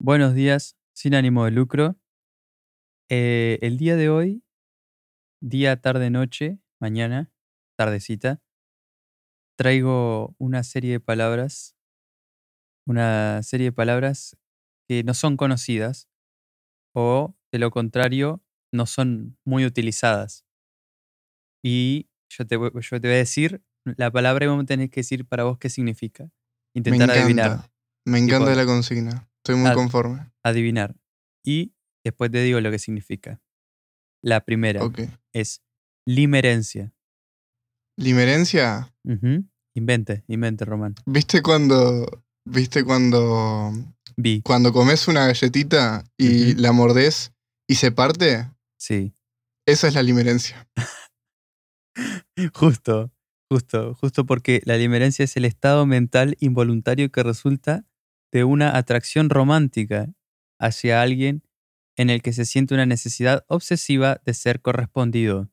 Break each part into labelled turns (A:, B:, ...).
A: Buenos días, sin ánimo de lucro. Eh, el día de hoy, día, tarde, noche, mañana, tardecita, traigo una serie de palabras, una serie de palabras que no son conocidas o, de lo contrario, no son muy utilizadas. Y yo te, voy- yo te voy a decir la palabra y vos me tenés que decir para vos qué significa.
B: Me
A: Intentar adivinar,
B: encanta. Me
A: tipo, Ah,
B: encanta la consigna. Estoy muy
A: ad-
B: conforme.
A: adivinar. Y después te digo lo que significa. La primera
B: Ok.
A: es limerencia.
B: Limerencia.
A: Ujú. Invente, invente, Román.
B: ¿Viste cuando. ¿Viste cuando.
A: Vi.
B: Cuando comes una galletita y
A: Ujú.
B: la mordés y se parte?
A: Sí.
B: Esa es la limerencia.
A: Justo, justo, justo porque la limerencia es el estado mental involuntario que resulta de una atracción romántica hacia alguien en el que se siente una necesidad obsesiva de ser correspondido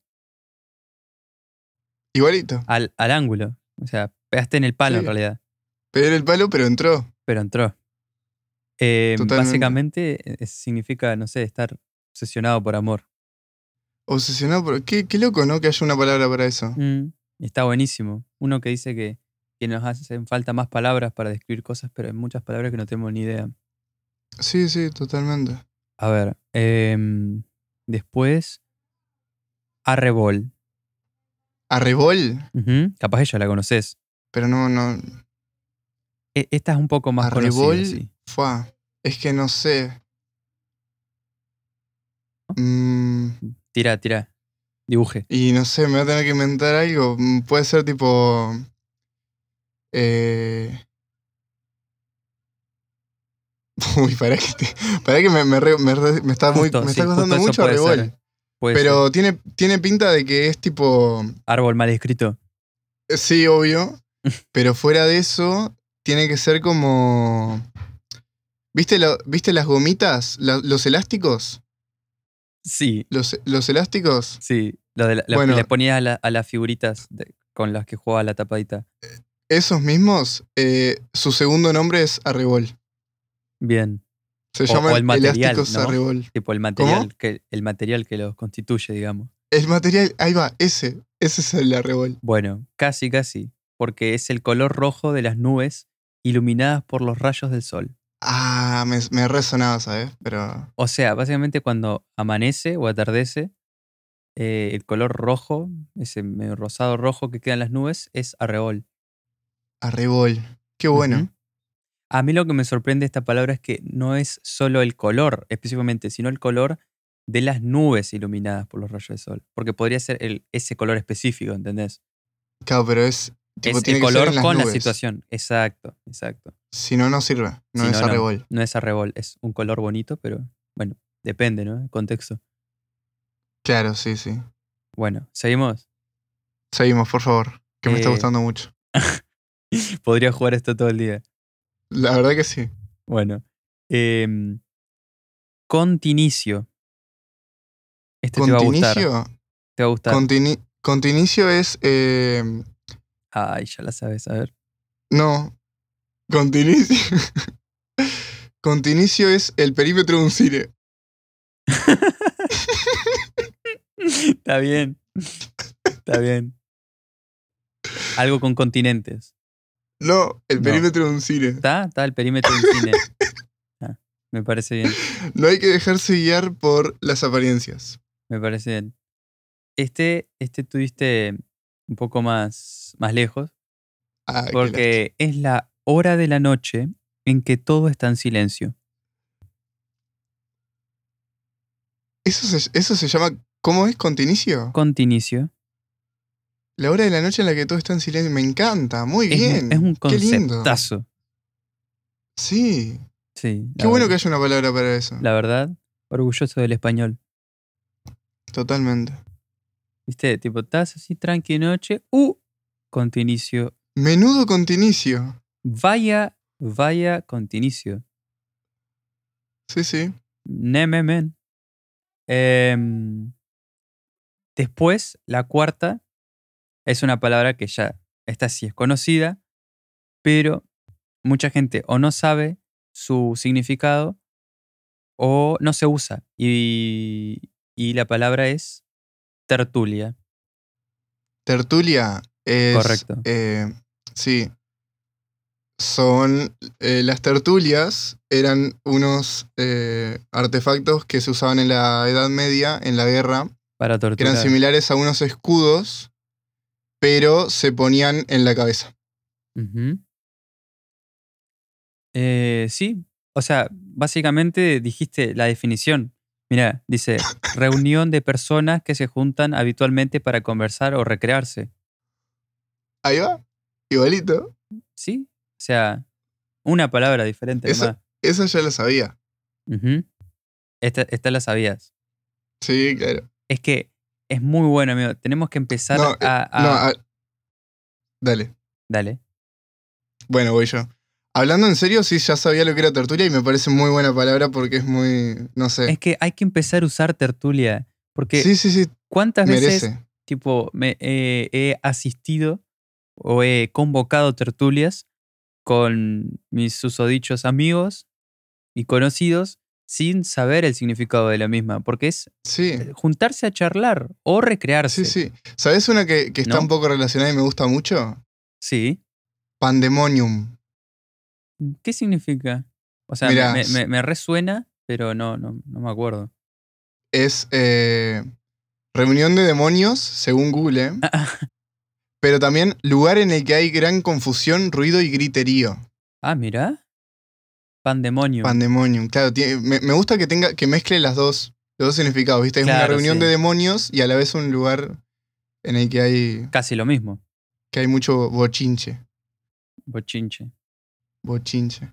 B: Igualito.
A: al, al ángulo. O sea, pegaste en el palo en
B: Sí.
A: realidad,
B: Pegué en el palo, pero entró.
A: pero entró. Eh,
B: Totalmente.
A: básicamente eh, significa, no sé, estar obsesionado por amor.
B: Obsesionado por. Qué, qué loco, ¿no? Que haya una palabra para eso.
A: Mm, está buenísimo. Uno que dice que, que nos hacen falta más palabras para describir cosas, pero hay muchas palabras que no tenemos ni idea.
B: Sí, sí, totalmente.
A: A ver, em, después, arrebol.
B: Arrebol.
A: Ujú, Capaz ella la conoces.
B: Pero no, no.
A: E- Esta es un poco más conocida,
B: Arrebol.
A: sí.
B: Fua. Es que no sé. Mmm.
A: Tira, tira, dibuje.
B: Y no sé, me voy a tener que inventar algo. Mm, Puede ser tipo. eh, Uy, pará que, te- pará que me, me, re- me re- me está muy,
A: Justo,
B: me está
A: sí, justo
B: costando
A: eso
B: mucho
A: puede ser.
B: arrebol.
A: Puede ser.
B: Pero tiene, tiene pinta de que es tipo.
A: Árbol mal escrito.
B: eh, Sí, obvio. Pero fuera de eso, tiene que ser como. ¿Viste, lo- ¿viste las gomitas? La- ¿Los elásticos?
A: Sí,
B: ¿Los, los elásticos?
A: sí. Lo de la- lo que le
B: Bueno,
A: ponías a, la- a las figuritas de- con las que jugaba la tapadita.
B: esos mismos, eh, su segundo nombre es arrebol.
A: Bien.
B: Se
A: O, o
B: llaman
A: el material,
B: elásticos
A: ¿no?
B: arrebol.
A: Tipo el
B: ¿Cómo?
A: material que, el material que los constituye, digamos.
B: El material, ahí va, ese. Ese es el arrebol.
A: Bueno, casi, casi, porque es el color rojo de las nubes iluminadas por los rayos del sol.
B: Ah, me, me resonaba, ¿sabes? Pero.
A: O sea, básicamente cuando amanece o atardece, eh, el color rojo, ese medio rosado rojo que queda en las nubes, es arrebol.
B: Arrebol. Qué
A: Ujú.
B: bueno.
A: A mí lo que me sorprende de esta palabra es que no es solo el color específicamente, sino el color de las nubes iluminadas por los rayos del sol, porque podría ser el- ese color específico, ¿entendés?
B: Claro, pero es.
A: Es
B: Tipo,
A: el
B: tiene que ser en
A: color
B: las
A: con la
B: nubes.
A: situación. Exacto, exacto.
B: Si no, no sirve. No
A: Si
B: es
A: no, no.
B: arrebol.
A: No es arrebol. Es un color bonito, pero bueno, depende, ¿no? El contexto.
B: Claro, sí, sí.
A: Bueno, seguimos.
B: Seguimos, por favor. Que me está
A: Eh,
B: gustando mucho.
A: podría jugar esto todo el día.
B: La verdad que sí.
A: Este Bueno. em, continicio. Este te va a gustar.
B: Continicio.
A: Te va a gustar.
B: Contini- continicio es. eh,
A: Ay, ya la sabes. A ver.
B: no. Continicio. continicio es el perímetro de un cine.
A: está bien, está bien. Algo con continentes.
B: No, el
A: No.
B: perímetro de un cine.
A: ¿Está? Está el perímetro de un cine. Ah, me parece bien,
B: No hay que dejarse guiar por las apariencias.
A: me parece bien. Este, este tuviste un poco más, más lejos,
B: Ah, qué lástima.
A: porque es la hora de la noche en que todo está en silencio.
B: Eso se, eso se llama. ¿Cómo es continicio?
A: Continicio.
B: La hora de la noche en la que todo está en silencio. Me encanta, muy
A: Es, mu- es
B: bien.
A: un
B: Qué lindo.
A: conceptazo.
B: Sí.
A: Sí,
B: Qué
A: la
B: bueno que
A: verdad.
B: haya una palabra para eso.
A: La verdad, orgulloso del español.
B: Totalmente.
A: ¿Viste? Tipo, estás así tranqui noche. ¡Uh! Continicio.
B: Menudo continicio.
A: Vaya, vaya continicio.
B: Sí, sí.
A: Nememen. Em, después, la cuarta es una palabra que ya, esta sí es conocida, pero mucha gente o no sabe su significado o no se usa. Y, y la palabra es tertulia.
B: Tertulia es.
A: Correcto.
B: eh, sí. Son. eh, las tertulias eran unos eh, artefactos que se usaban en la Edad Media, en la guerra,
A: Para
B: que eran
A: torturar.
B: similares a unos escudos, pero se ponían en la cabeza.
A: Ujú. Eh, sí, o sea, básicamente dijiste la definición. Mira, dice, reunión de personas que se juntan habitualmente para conversar o recrearse.
B: Ahí va, igualito.
A: ¿Sí? O sea, una palabra diferente.
B: Eso-
A: nomás.
B: Esa ya la sabía.
A: Ujú. Esta, esta la sabías.
B: Sí, claro.
A: Es que es muy bueno, amigo. Tenemos que empezar
B: No, eh,
A: a... a-
B: No, eh. ah, dale.
A: Dale.
B: Bueno, voy yo. Hablando en serio, sí, ya sabía lo que era tertulia y me parece muy buena palabra porque es muy, no sé.
A: Es que hay que empezar a usar tertulia. Porque
B: sí, sí, sí,
A: ¿cuántas veces
B: merece.
A: tipo, me, eh, he asistido o he convocado tertulias con mis susodichos amigos y conocidos sin saber el significado de la misma, porque es
B: Sí,
A: eh, juntarse a charlar o recrearse.
B: sí, sí. ¿Sabes una que, que está
A: ¿No?
B: un poco relacionada y me gusta mucho?
A: Sí.
B: Pandemonium.
A: ¿Qué significa? O sea, me-
B: Mirá,
A: me,
B: s-
A: me- me resuena, pero no, no, no me acuerdo.
B: Es eh, reunión de demonios, según Google,
A: Ah,
B: ¿eh? pero también lugar en el que hay gran confusión, ruido y griterío.
A: Ah, mira. Pandemonium.
B: Pandemonium, claro, tiene- me, me gusta que tenga, que mezcle las dos, los dos significados, ¿viste? Es una
A: Claro,
B: reunión
A: sí.
B: de demonios y a la vez un lugar en el que hay,
A: Casi lo mismo.
B: que hay mucho bochinche.
A: Bochinche.
B: Bochinche.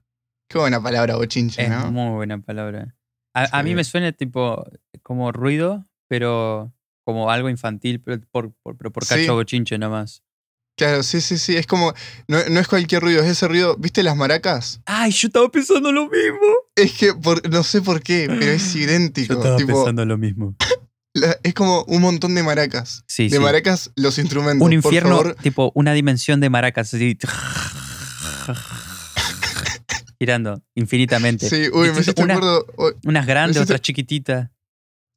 B: Qué buena palabra, bochinche,
A: Es
B: ¿no?
A: muy buena palabra. A, a mí
B: Sí.
A: me suena tipo como ruido, pero como algo infantil, pero por, por, pero por cacho
B: Sí.
A: bochinche nomás.
B: Claro, sí, sí, sí. Es como. No, no es cualquier ruido, es ese ruido. ¿Viste las maracas?
A: ¡Ay, yo estaba pensando lo mismo!
B: Es que por- no sé por qué, pero es
A: Yo
B: idéntico.
A: estaba
B: tipo,
A: pensando lo mismo.
B: la- es como un montón de maracas.
A: Sí,
B: de
A: sí.
B: maracas, los instrumentos.
A: Un
B: por
A: infierno,
B: favor.
A: tipo una dimensión de maracas, así. girando infinitamente.
B: Sí, uy, me
A: Distinto-
B: hiciste,
A: una-
B: acuerdo, hoy,
A: unas grandes,
B: hiciste-
A: otras chiquititas.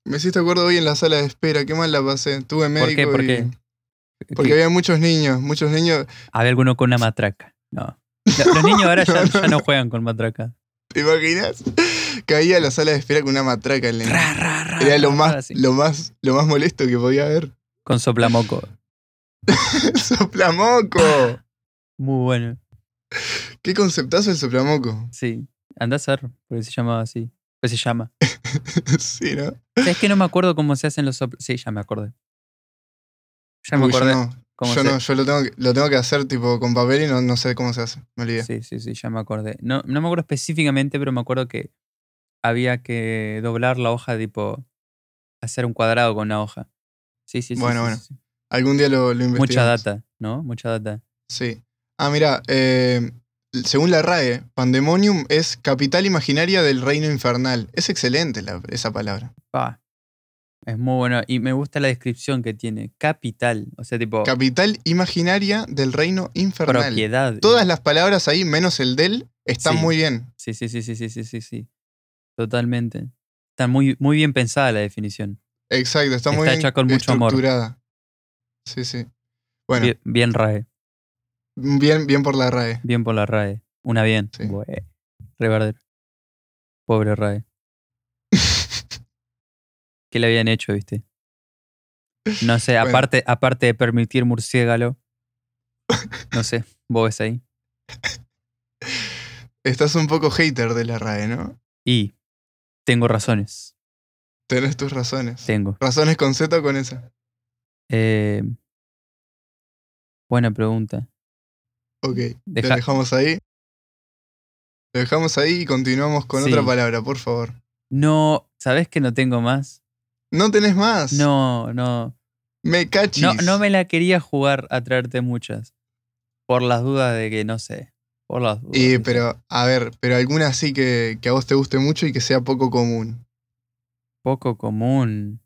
B: me hiciste acuerdo hoy en la sala de espera. Qué mal la pasé. Tuve médico
A: ¿Por qué? ¿Por
B: y-
A: qué?
B: Porque había muchos niños, muchos niños.
A: Había alguno con una matraca. No. Lo- Los niños ahora ya,
B: No, no,
A: ya no juegan con matraca.
B: ¿Te imaginas? Caía a la sala de espera con una matraca en la-
A: Ra, ra, ra,
B: Era lo
A: ra,
B: más,
A: ra, así.
B: lo más, lo más molesto que podía haber.
A: Con soplamoco.
B: ¡El soplamoco!
A: Muy bueno.
B: ¿Qué conceptazo el soplamoco?
A: Sí. Andá a ser, porque se llamaba así. Pues se llama.
B: sí, ¿no?
A: ¿Sabes que no me acuerdo cómo se hacen los sopl- Sí, ya me acordé. Ya me
B: Uy, yo
A: acordé
B: no,
A: cómo
B: yo
A: se
B: no, yo lo tengo, que, lo tengo que hacer tipo con papel y no, no sé cómo se hace. Me olvidé.
A: Sí, sí, sí, ya me acordé. No, no me acuerdo específicamente, pero me acuerdo que había que doblar la hoja, tipo, hacer un cuadrado con una hoja. Sí, sí, sí.
B: Bueno,
A: sí,
B: bueno,
A: sí, sí.
B: Algún día lo, lo
A: Mucha
B: investigamos.
A: data, ¿no? Mucha data.
B: Sí. Ah, mira, según la RAE, Pandemonium es capital imaginaria del reino infernal. Es excelente la- esa palabra.
A: Pa. Es muy bueno. Y me gusta la descripción que tiene. Capital. O sea, tipo,
B: Capital imaginaria del reino infernal.
A: Oh. propiedad.
B: Todas las palabras ahí, menos el del, están
A: Sí.
B: muy bien.
A: Sí, sí, sí, sí, sí, sí, sí, sí. Totalmente. Está muy, muy bien pensada la definición.
B: Exacto, está, muy
A: Está
B: bien
A: hecha con mucho amor.
B: estructurada. Sí, sí. Bueno,
A: Bien, bien RAE.
B: bien, bien por la RAE.
A: Bien por la RAE. Una bien.
B: Sí.
A: Bue- re verdadero. Pobre RAE. ¿Qué le habían hecho, viste? No sé,
B: Bueno.
A: aparte, aparte de permitir murciélago. No sé, vos ves ahí.
B: Estás un poco hater de la RAE, ¿no?
A: Y tengo razones.
B: Tenés tus razones.
A: Tengo.
B: ¿Razones con Z o con S?
A: Eh, buena pregunta.
B: Ok, lo
A: Deja,
B: dejamos ahí. Lo dejamos ahí y continuamos con
A: Sí.
B: otra palabra, por favor.
A: no, ¿sabés que no tengo más?
B: No tenés más.
A: No, no.
B: Me cachis.
A: No, no me la quería jugar a traerte muchas. Por las dudas de que no sé. Por las dudas.
B: Y,
A: ¿viste?
B: Eh, pero, a ver, pero alguna sí que, que a vos te guste mucho y que sea poco común.
A: Poco común.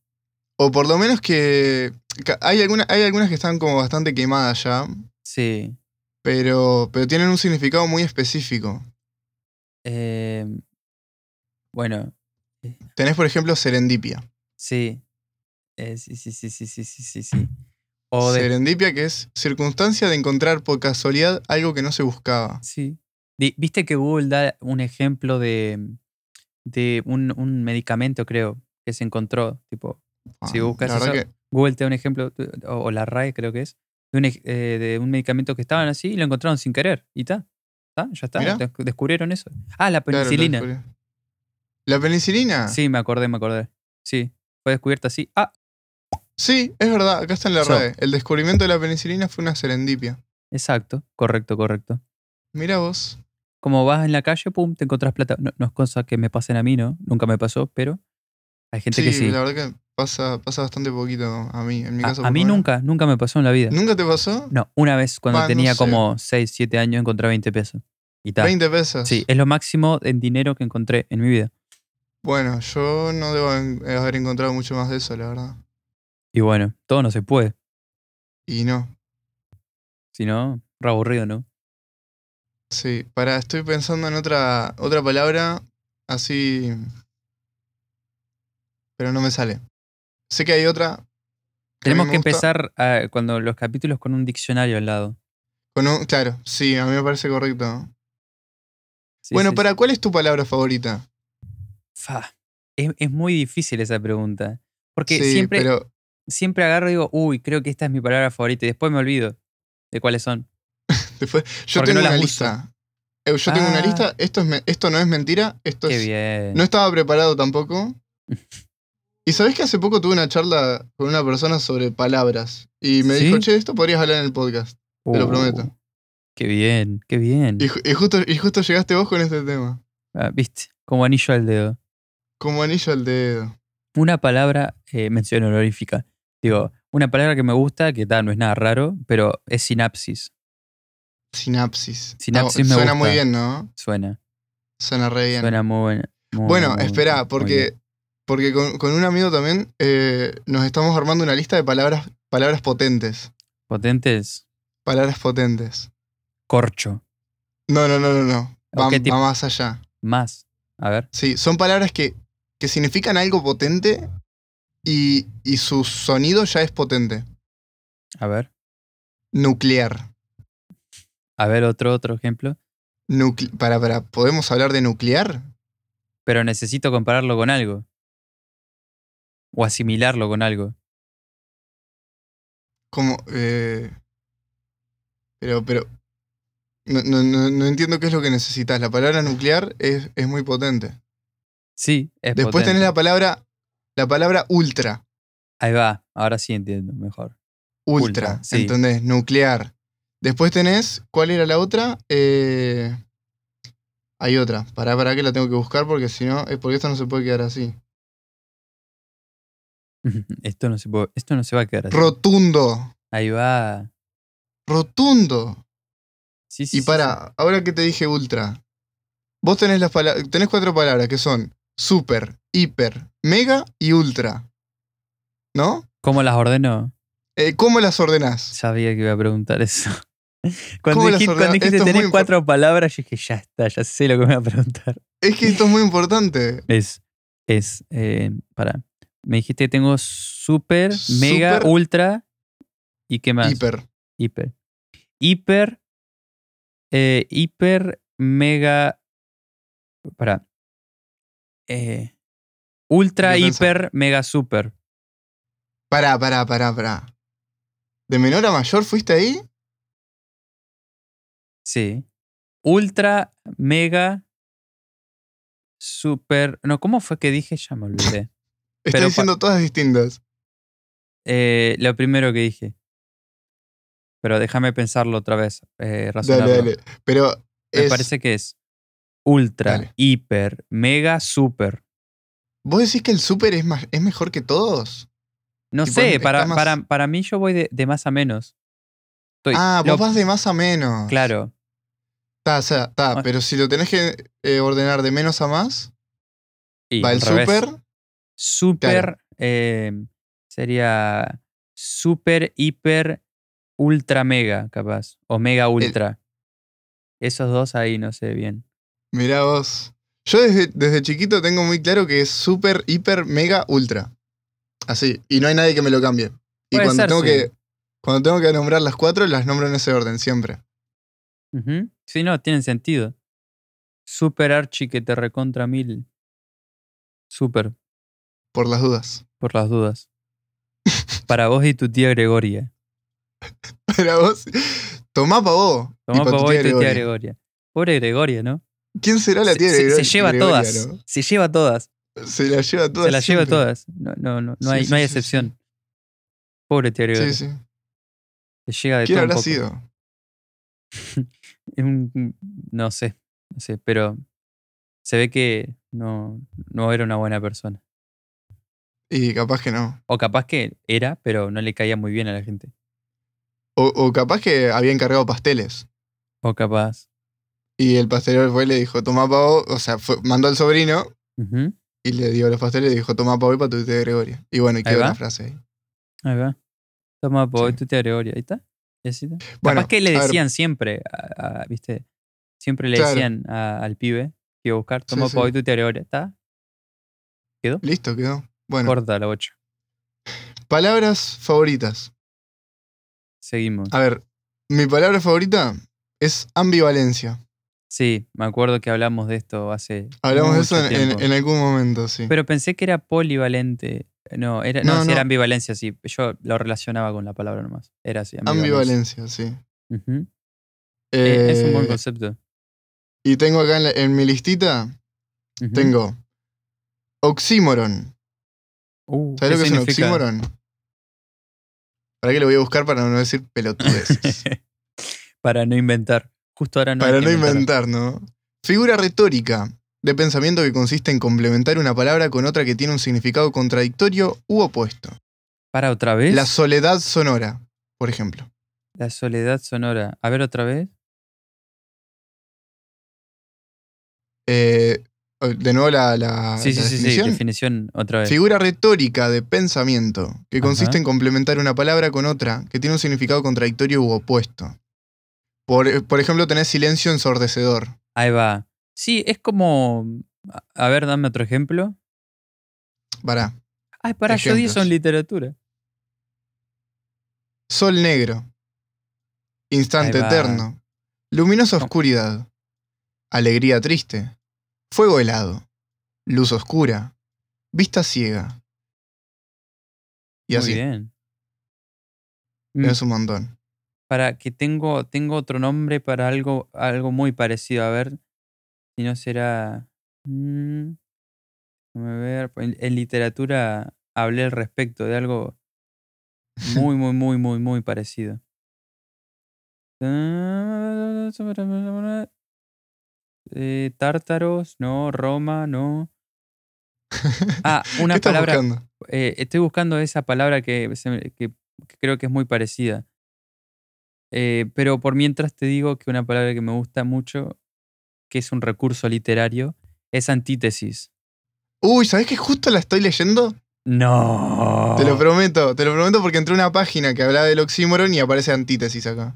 B: O por lo menos que. que hay, alguna, hay algunas que están como bastante quemadas ya,
A: Sí.
B: pero, pero tienen un significado muy específico.
A: eh, em, bueno, Eh,
B: Tenés, por ejemplo, Serendipia.
A: Sí. Eh, sí, sí, sí, sí, sí, sí, sí, sí. O de-
B: Serendipia, que es circunstancia de encontrar por casualidad algo que no se buscaba.
A: sí. Di- Viste que Google da un ejemplo de, de un, un medicamento, creo, que se encontró. Tipo, Si buscas
B: Ah, la verdad
A: eso-
B: que-
A: Google te da un ejemplo, tu- o, o la RAE creo que es, de un, ej- eh, de un medicamento que estaban así y lo encontraron sin querer. Y está. ¿Está? Ya está.
B: Mirá.
A: des- Descubrieron eso. Ah, la
B: claro, ah. lo
A: penicilina.
B: descubrí. ¿La penicilina?
A: Sí, me acordé, me acordé. Sí, fue descubierta así. Ah,
B: Sí, es verdad, acá está en la
A: Yo.
B: RAE. El descubrimiento de la penicilina fue una serendipia.
A: exacto, correcto, correcto.
B: Mira vos.
A: Como vas en la calle, pum, te encontrás plata. No, no es cosa que me pasen a mí, ¿no? Nunca me pasó, pero hay gente
B: Sí,
A: que sí.
B: la verdad que pasa, pasa bastante poquito a mí, en mi caso.
A: A, a
B: por
A: mí
B: lo menos.
A: nunca, nunca me pasó en la vida.
B: ¿Nunca te pasó?
A: No, una vez cuando
B: Va, no
A: tenía
B: sé.
A: como 6, 7 años encontré 20 pesos. Y tal.
B: 20 pesos.
A: Sí, es lo máximo en dinero que encontré en mi vida.
B: Bueno, yo no debo en- eh, haber encontrado mucho más de eso, la verdad.
A: Y bueno, todo no se puede.
B: Y no.
A: Si no, re aburrido, ¿no?
B: Sí, para, estoy pensando en otra, otra palabra así. Pero no me sale. Sé que hay otra Que a mí
A: Tenemos
B: me
A: que
B: gusta-
A: empezar ah, cuando los capítulos con un diccionario al lado.
B: con un- Claro, sí, a mí me parece correcto.
A: Sí,
B: bueno,
A: sí,
B: para, ¿cuál es tu palabra favorita?
A: Fa, es, es muy difícil esa pregunta. Porque
B: sí,
A: siempre,
B: pero
A: siempre agarro y digo, uy, creo que esta es mi palabra favorita. Y después me olvido de cuáles son.
B: después. Yo
A: Porque
B: tengo
A: no las
B: una
A: uso.
B: lista. Eh, Yo tengo una
A: Ah.
B: lista. Esto, es me- esto no es mentira. Esto
A: Qué
B: es
A: bien.
B: No estaba preparado tampoco. Y sabés que hace poco tuve una charla con una persona sobre palabras. Y me
A: ¿Sí? Oh.
B: dijo, che, esto podrías hablar en el podcast. te lo prometo.
A: Uh, Qué bien, qué bien.
B: Y, ju- y justo, y justo llegaste vos con este tema.
A: Ah, Viste, como anillo al dedo.
B: Como anillo al dedo.
A: Una palabra, eh, mención honorífica. Digo, una palabra que me gusta, que tal, no es nada raro, pero es sinapsis.
B: Sinapsis.
A: Sinapsis me
B: Suena
A: gusta.
B: muy bien, ¿no?
A: Suena.
B: Suena re bien.
A: Suena muy buena. muy,
B: bueno,
A: muy, muy,
B: espera,
A: Ah, muy
B: porque,
A: bien.
B: porque con, con un amigo también eh, nos estamos armando una lista de palabras, palabras potentes.
A: Potentes,
B: Palabras potentes.
A: corcho,
B: No, no, no, no, no. Va,
A: ¿O qué tipo?
B: va más allá.
A: más. A ver.
B: Sí, son palabras que, que significan algo potente y, y su sonido ya es potente.
A: A ver,
B: Nuclear.
A: a ver otro, otro ejemplo.
B: Nucle- para, para, ¿podemos hablar de nuclear?
A: Pero necesito compararlo con algo. O asimilarlo con algo.
B: Como, eh, pero, pero. No, no- no- no entiendo qué es lo que necesitas. La palabra nuclear es, es muy potente.
A: Sí, es
B: Después
A: potente.
B: tenés la palabra. La palabra ultra.
A: Ahí va, ahora sí entiendo mejor.
B: Ultra.
A: Ultra, sí.
B: ¿Entendés? Nuclear. Después tenés. ¿Cuál era la otra? Eh, hay otra. Pará, pará que la tengo que buscar porque si no. Es porque esta no se puede quedar así.
A: Esto no se, puede- esto no se va a quedar así.
B: Rotundo.
A: Ahí va.
B: Rotundo.
A: Sí, sí, sí,
B: Y
A: sí.
B: para, ahora que te dije ultra. Vos tenés las pala- tenés cuatro palabras que son super, hiper, mega y ultra. ¿No?
A: ¿Cómo las ordeno?
B: Eh, ¿Cómo las ordenás?
A: Sabía que iba a preguntar eso. Cuando,
B: las
A: dijiste,
B: ordena-
A: cuando dijiste
B: Esto es muy
A: tenés
B: impor-
A: cuatro palabras, yo dije, ya está, ya sé lo que me va a preguntar.
B: Es que esto es muy importante.
A: Es, es, eh, para. Me dijiste que tengo super, mega,
B: Super.
A: ultra y qué más.
B: Hiper.
A: Hiper. Hiper. eh, hiper, mega. Para. eh, ultra,
B: Hay que pensar.
A: hiper, mega, super.
B: Pará, pará, pará, pará. ¿De menor a mayor fuiste ahí?
A: Sí. Ultra, mega, super. No, ¿cómo fue que dije? Ya me olvidé.
B: Estoy
A: Pero pa-
B: diciendo todas distintas.
A: Eh, lo primero que dije. Pero déjame pensarlo otra vez. Eh, razonarlo.
B: Dale, dale. Pero
A: Me
B: es-
A: parece que es ultra,
B: Dale.
A: hiper, mega, super.
B: ¿Vos decís que el super es, más, es mejor que todos?
A: No
B: Tipo,
A: sé,
B: está
A: para,
B: más-
A: para, para mí yo voy de, de más a menos. Estoy-
B: Ah,
A: lo-
B: vos vas de más a menos.
A: Claro.
B: Ta, o sea, ta,
A: Bueno.
B: pero si lo tenés que eh, ordenar de menos a más,
A: Y
B: va
A: al
B: el
A: revés.
B: super.
A: Super
B: Claro.
A: eh, sería super, hiper, ultra, mega, capaz. O mega, ultra. Esos dos ahí, no sé bien.
B: Mirá vos. Yo desde, desde chiquito tengo muy claro que es súper, hiper, mega, ultra. Así. Y no hay nadie que me lo cambie. Y
A: Puede
B: cuando
A: ser,
B: tengo
A: sí.
B: que. Cuando tengo que nombrar las cuatro, las nombro en ese orden, siempre.
A: Ujú. Sí, no, tienen sentido. Super archi que te recontra mil. Super,
B: Por las dudas.
A: por las dudas. Para vos y tu tía Gregoria.
B: Para vos. Tomá pa' vos. y
A: Tomá
B: pa'
A: para
B: tu
A: vos
B: tía
A: y tu tía
B: Gregoria.
A: Gregoria. Pobre Gregoria, ¿no?
B: ¿Quién será la
A: Se,
B: tía
A: se-
B: Gregoria?
A: se lleva
B: Gregoria,
A: todas.
B: no?
A: Se lleva todas.
B: Se la lleva todas.
A: se las lleva
B: siempre.
A: todas. No, no, no, no
B: Sí,
A: hay,
B: sí,
A: no hay
B: sí, sí.
A: excepción. Pobre tía Gregoria.
B: Sí, sí.
A: Le llega de
B: ¿Quién
A: todo un
B: habrá
A: poco.
B: sido?
A: Es un- no sé, no sé, pero se ve que no, no era una buena persona.
B: Y capaz que no.
A: O capaz que era, pero no le caía muy bien a la gente.
B: O, o capaz que había encargado pasteles.
A: O capaz.
B: Y el pastelero fue y le dijo, toma pa' vos. O sea, fue- mandó al sobrino
A: Ujú,
B: y le dio los pasteles y dijo, toma pa' vos y pa' tu tía Gregoria. Y bueno, y quedó
A: va.
B: la frase ahí.
A: Ahí va. Toma, po,
B: Sí.
A: tu tía Gregoria. Ahí está. y así está.
B: Bueno,
A: capaz que le
B: a ver.
A: decían siempre, a- a- ¿viste? Siempre le
B: Claro.
A: decían a- al pibe que iba a buscar, toma,
B: sí.
A: po, tu tía Gregoria. ¿Está?
B: Listo, quedó. Bueno,
A: Corta la 8.
B: palabras favoritas.
A: Seguimos.
B: A ver, mi palabra favorita es ambivalencia.
A: Sí, me acuerdo que hablamos de esto hace.
B: Hablamos de
A: mucho
B: eso en- en,
A: tiempo.
B: en algún momento, sí.
A: Pero pensé que era polivalente. No, era, no,
B: No,
A: sí,
B: no.
A: era ambivalencia, sí. Yo lo relacionaba con la palabra nomás. Era así, ambivalencia.
B: ambivalencia, sí.
A: Ujú. Eh, es un buen
B: Eh,
A: concepto.
B: y tengo acá en, la- en mi listita,
A: Ujú.
B: tengo oxímoron.
A: Uh,
B: ¿Sabes
A: ¿qué
B: lo que es un
A: significa?
B: oxímoron? ¿Para qué lo voy a buscar para no decir pelotudeces?
A: Para no inventar. Justo ahora no. hay
B: para
A: que
B: no
A: inventar.
B: inventar, ¿no? Figura retórica de pensamiento que consiste en complementar una palabra con otra que tiene un significado contradictorio u opuesto.
A: Para otra vez.
B: La
A: La,
B: soledad sonora, por ejemplo.
A: soledad sonora. A ver otra vez.
B: Eh, de nuevo la, la-
A: sí, sí,
B: la
A: sí,
B: definición.
A: sí. Definición otra vez.
B: Figura retórica de pensamiento que consiste
A: Ajá.
B: en complementar una palabra con otra que tiene un significado contradictorio u opuesto. Por, eh, por ejemplo, tenés silencio ensordecedor.
A: Ahí va. Sí, es como. a- A ver, dame otro ejemplo.
B: Pará.
A: Ay, para, yo di eso
B: Ejemplos.
A: en literatura.
B: Sol negro. Instante
A: Ahí va.
B: eterno. Luminosa
A: No.
B: oscuridad. Alegría triste. Fuego helado. Luz oscura. Vista ciega. Y
A: Muy
B: así.
A: bien. Mm.
B: Es un montón.
A: para que tengo, tengo otro nombre para algo, algo muy parecido. A ver si no será. mm, déjame ver. pues, En, en literatura hablé al respecto de algo muy, muy, muy, muy, muy parecido. Ah, Eh, tártaros, no, Roma, no. Ah, una
B: ¿Qué estás
A: palabra.
B: buscando?
A: eh, estoy buscando esa palabra que, se me- que- que creo que es muy parecida. Eh, pero por mientras te digo que una palabra que me gusta mucho, que es un recurso literario, es antítesis.
B: Uy, ¿sabés que justo la estoy leyendo?
A: No.
B: Te lo prometo, te lo prometo porque entré a una página que hablaba del oxímoron y aparece antítesis acá.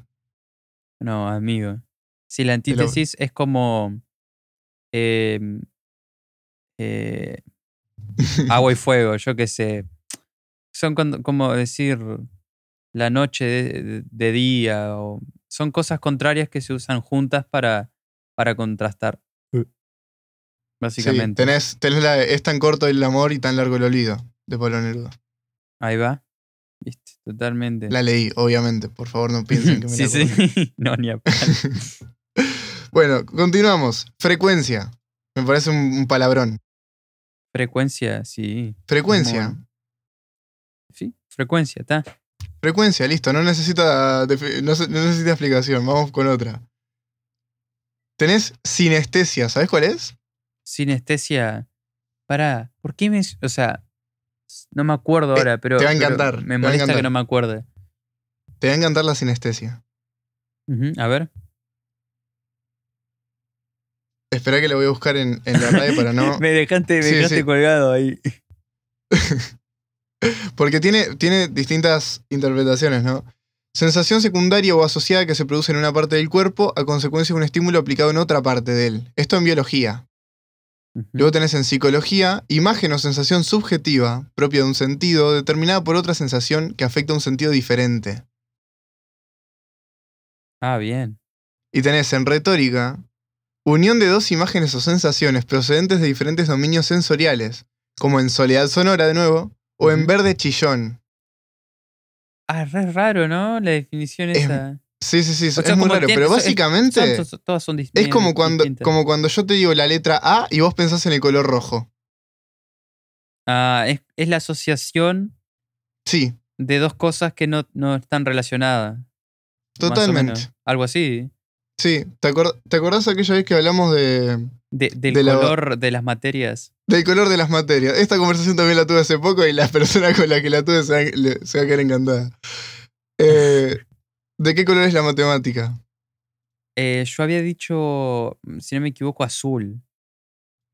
A: No, amigo. Sí, la
B: lo-
A: antítesis es como em, eh, agua y fuego, yo qué sé. Son cuando- como decir la noche de, de- de día o son cosas contrarias que se usan juntas para, para contrastar.
B: sí,
A: Básicamente.
B: tenés, tenés la de, es tan corto el amor y tan largo el olvido, de Pablo Neruda.
A: Ahí va. Viste, totalmente.
B: La leí, obviamente, por favor no piensen que me
A: sí,
B: la acuerdo.
A: sí. no, ni a palo.
B: Bueno, continuamos. Frecuencia. Me parece un, un palabrón.
A: Frecuencia, sí.
B: Frecuencia.
A: Muy Sí, frecuencia, está.
B: Frecuencia, listo. No necesita, defi- no, se- no necesita explicación. Vamos con otra. Tenés sinestesia. ¿Sabés cuál es?
A: Sinestesia. Pará, ¿por qué me.? O sea, s- no me acuerdo
B: Te-
A: ahora, pero.
B: te va a
A: pero
B: encantar, te va
A: me
B: a
A: molesta que
B: encantar.
A: no me acuerde.
B: Te va a encantar la sinestesia.
A: Ujú, A ver.
B: Espera que la voy a buscar en, en la radio para no.
A: me dejaste, me
B: Sí,
A: dejaste
B: sí.
A: colgado ahí.
B: Porque tiene, tiene distintas interpretaciones, ¿no? Sensación secundaria o asociada que se produce en una parte del cuerpo a consecuencia de un estímulo aplicado en otra parte de él. Esto en biología.
A: Ujú.
B: Luego tenés en psicología, imagen o sensación subjetiva, propia de un sentido, determinada por otra sensación que afecta a un sentido diferente.
A: Ah, bien.
B: Y tenés en retórica, unión de dos imágenes o sensaciones procedentes de diferentes dominios sensoriales, como en soledad sonora de nuevo, o en
A: Ujú.
B: verde chillón.
A: Ah, re raro, ¿no? La definición
B: Es
A: esa.
B: Sí, sí, sí, es
A: sea,
B: muy
A: como
B: raro,
A: tiene-
B: pero
A: so- es-
B: básicamente...
A: Son- son- son- todas son dis-
B: Es
A: medio
B: como cuando,
A: distintas.
B: como cuando yo te digo la letra A y vos pensás en el color rojo.
A: Ah, es, es la asociación
B: Sí,
A: de dos cosas que no, no están relacionadas. más o menos.
B: totalmente.
A: Algo así.
B: Sí, ¿Te, acor- ¿te acordás aquella vez que hablamos de,
A: De- del
B: De la-
A: color de las materias.
B: del color de las materias? Esta conversación también la tuve hace poco y la persona con la que la tuve se va, le- se va a quedar encantada. Eh, ¿De qué color es la matemática?
A: Eh, yo había dicho, mm, si no me equivoco, azul.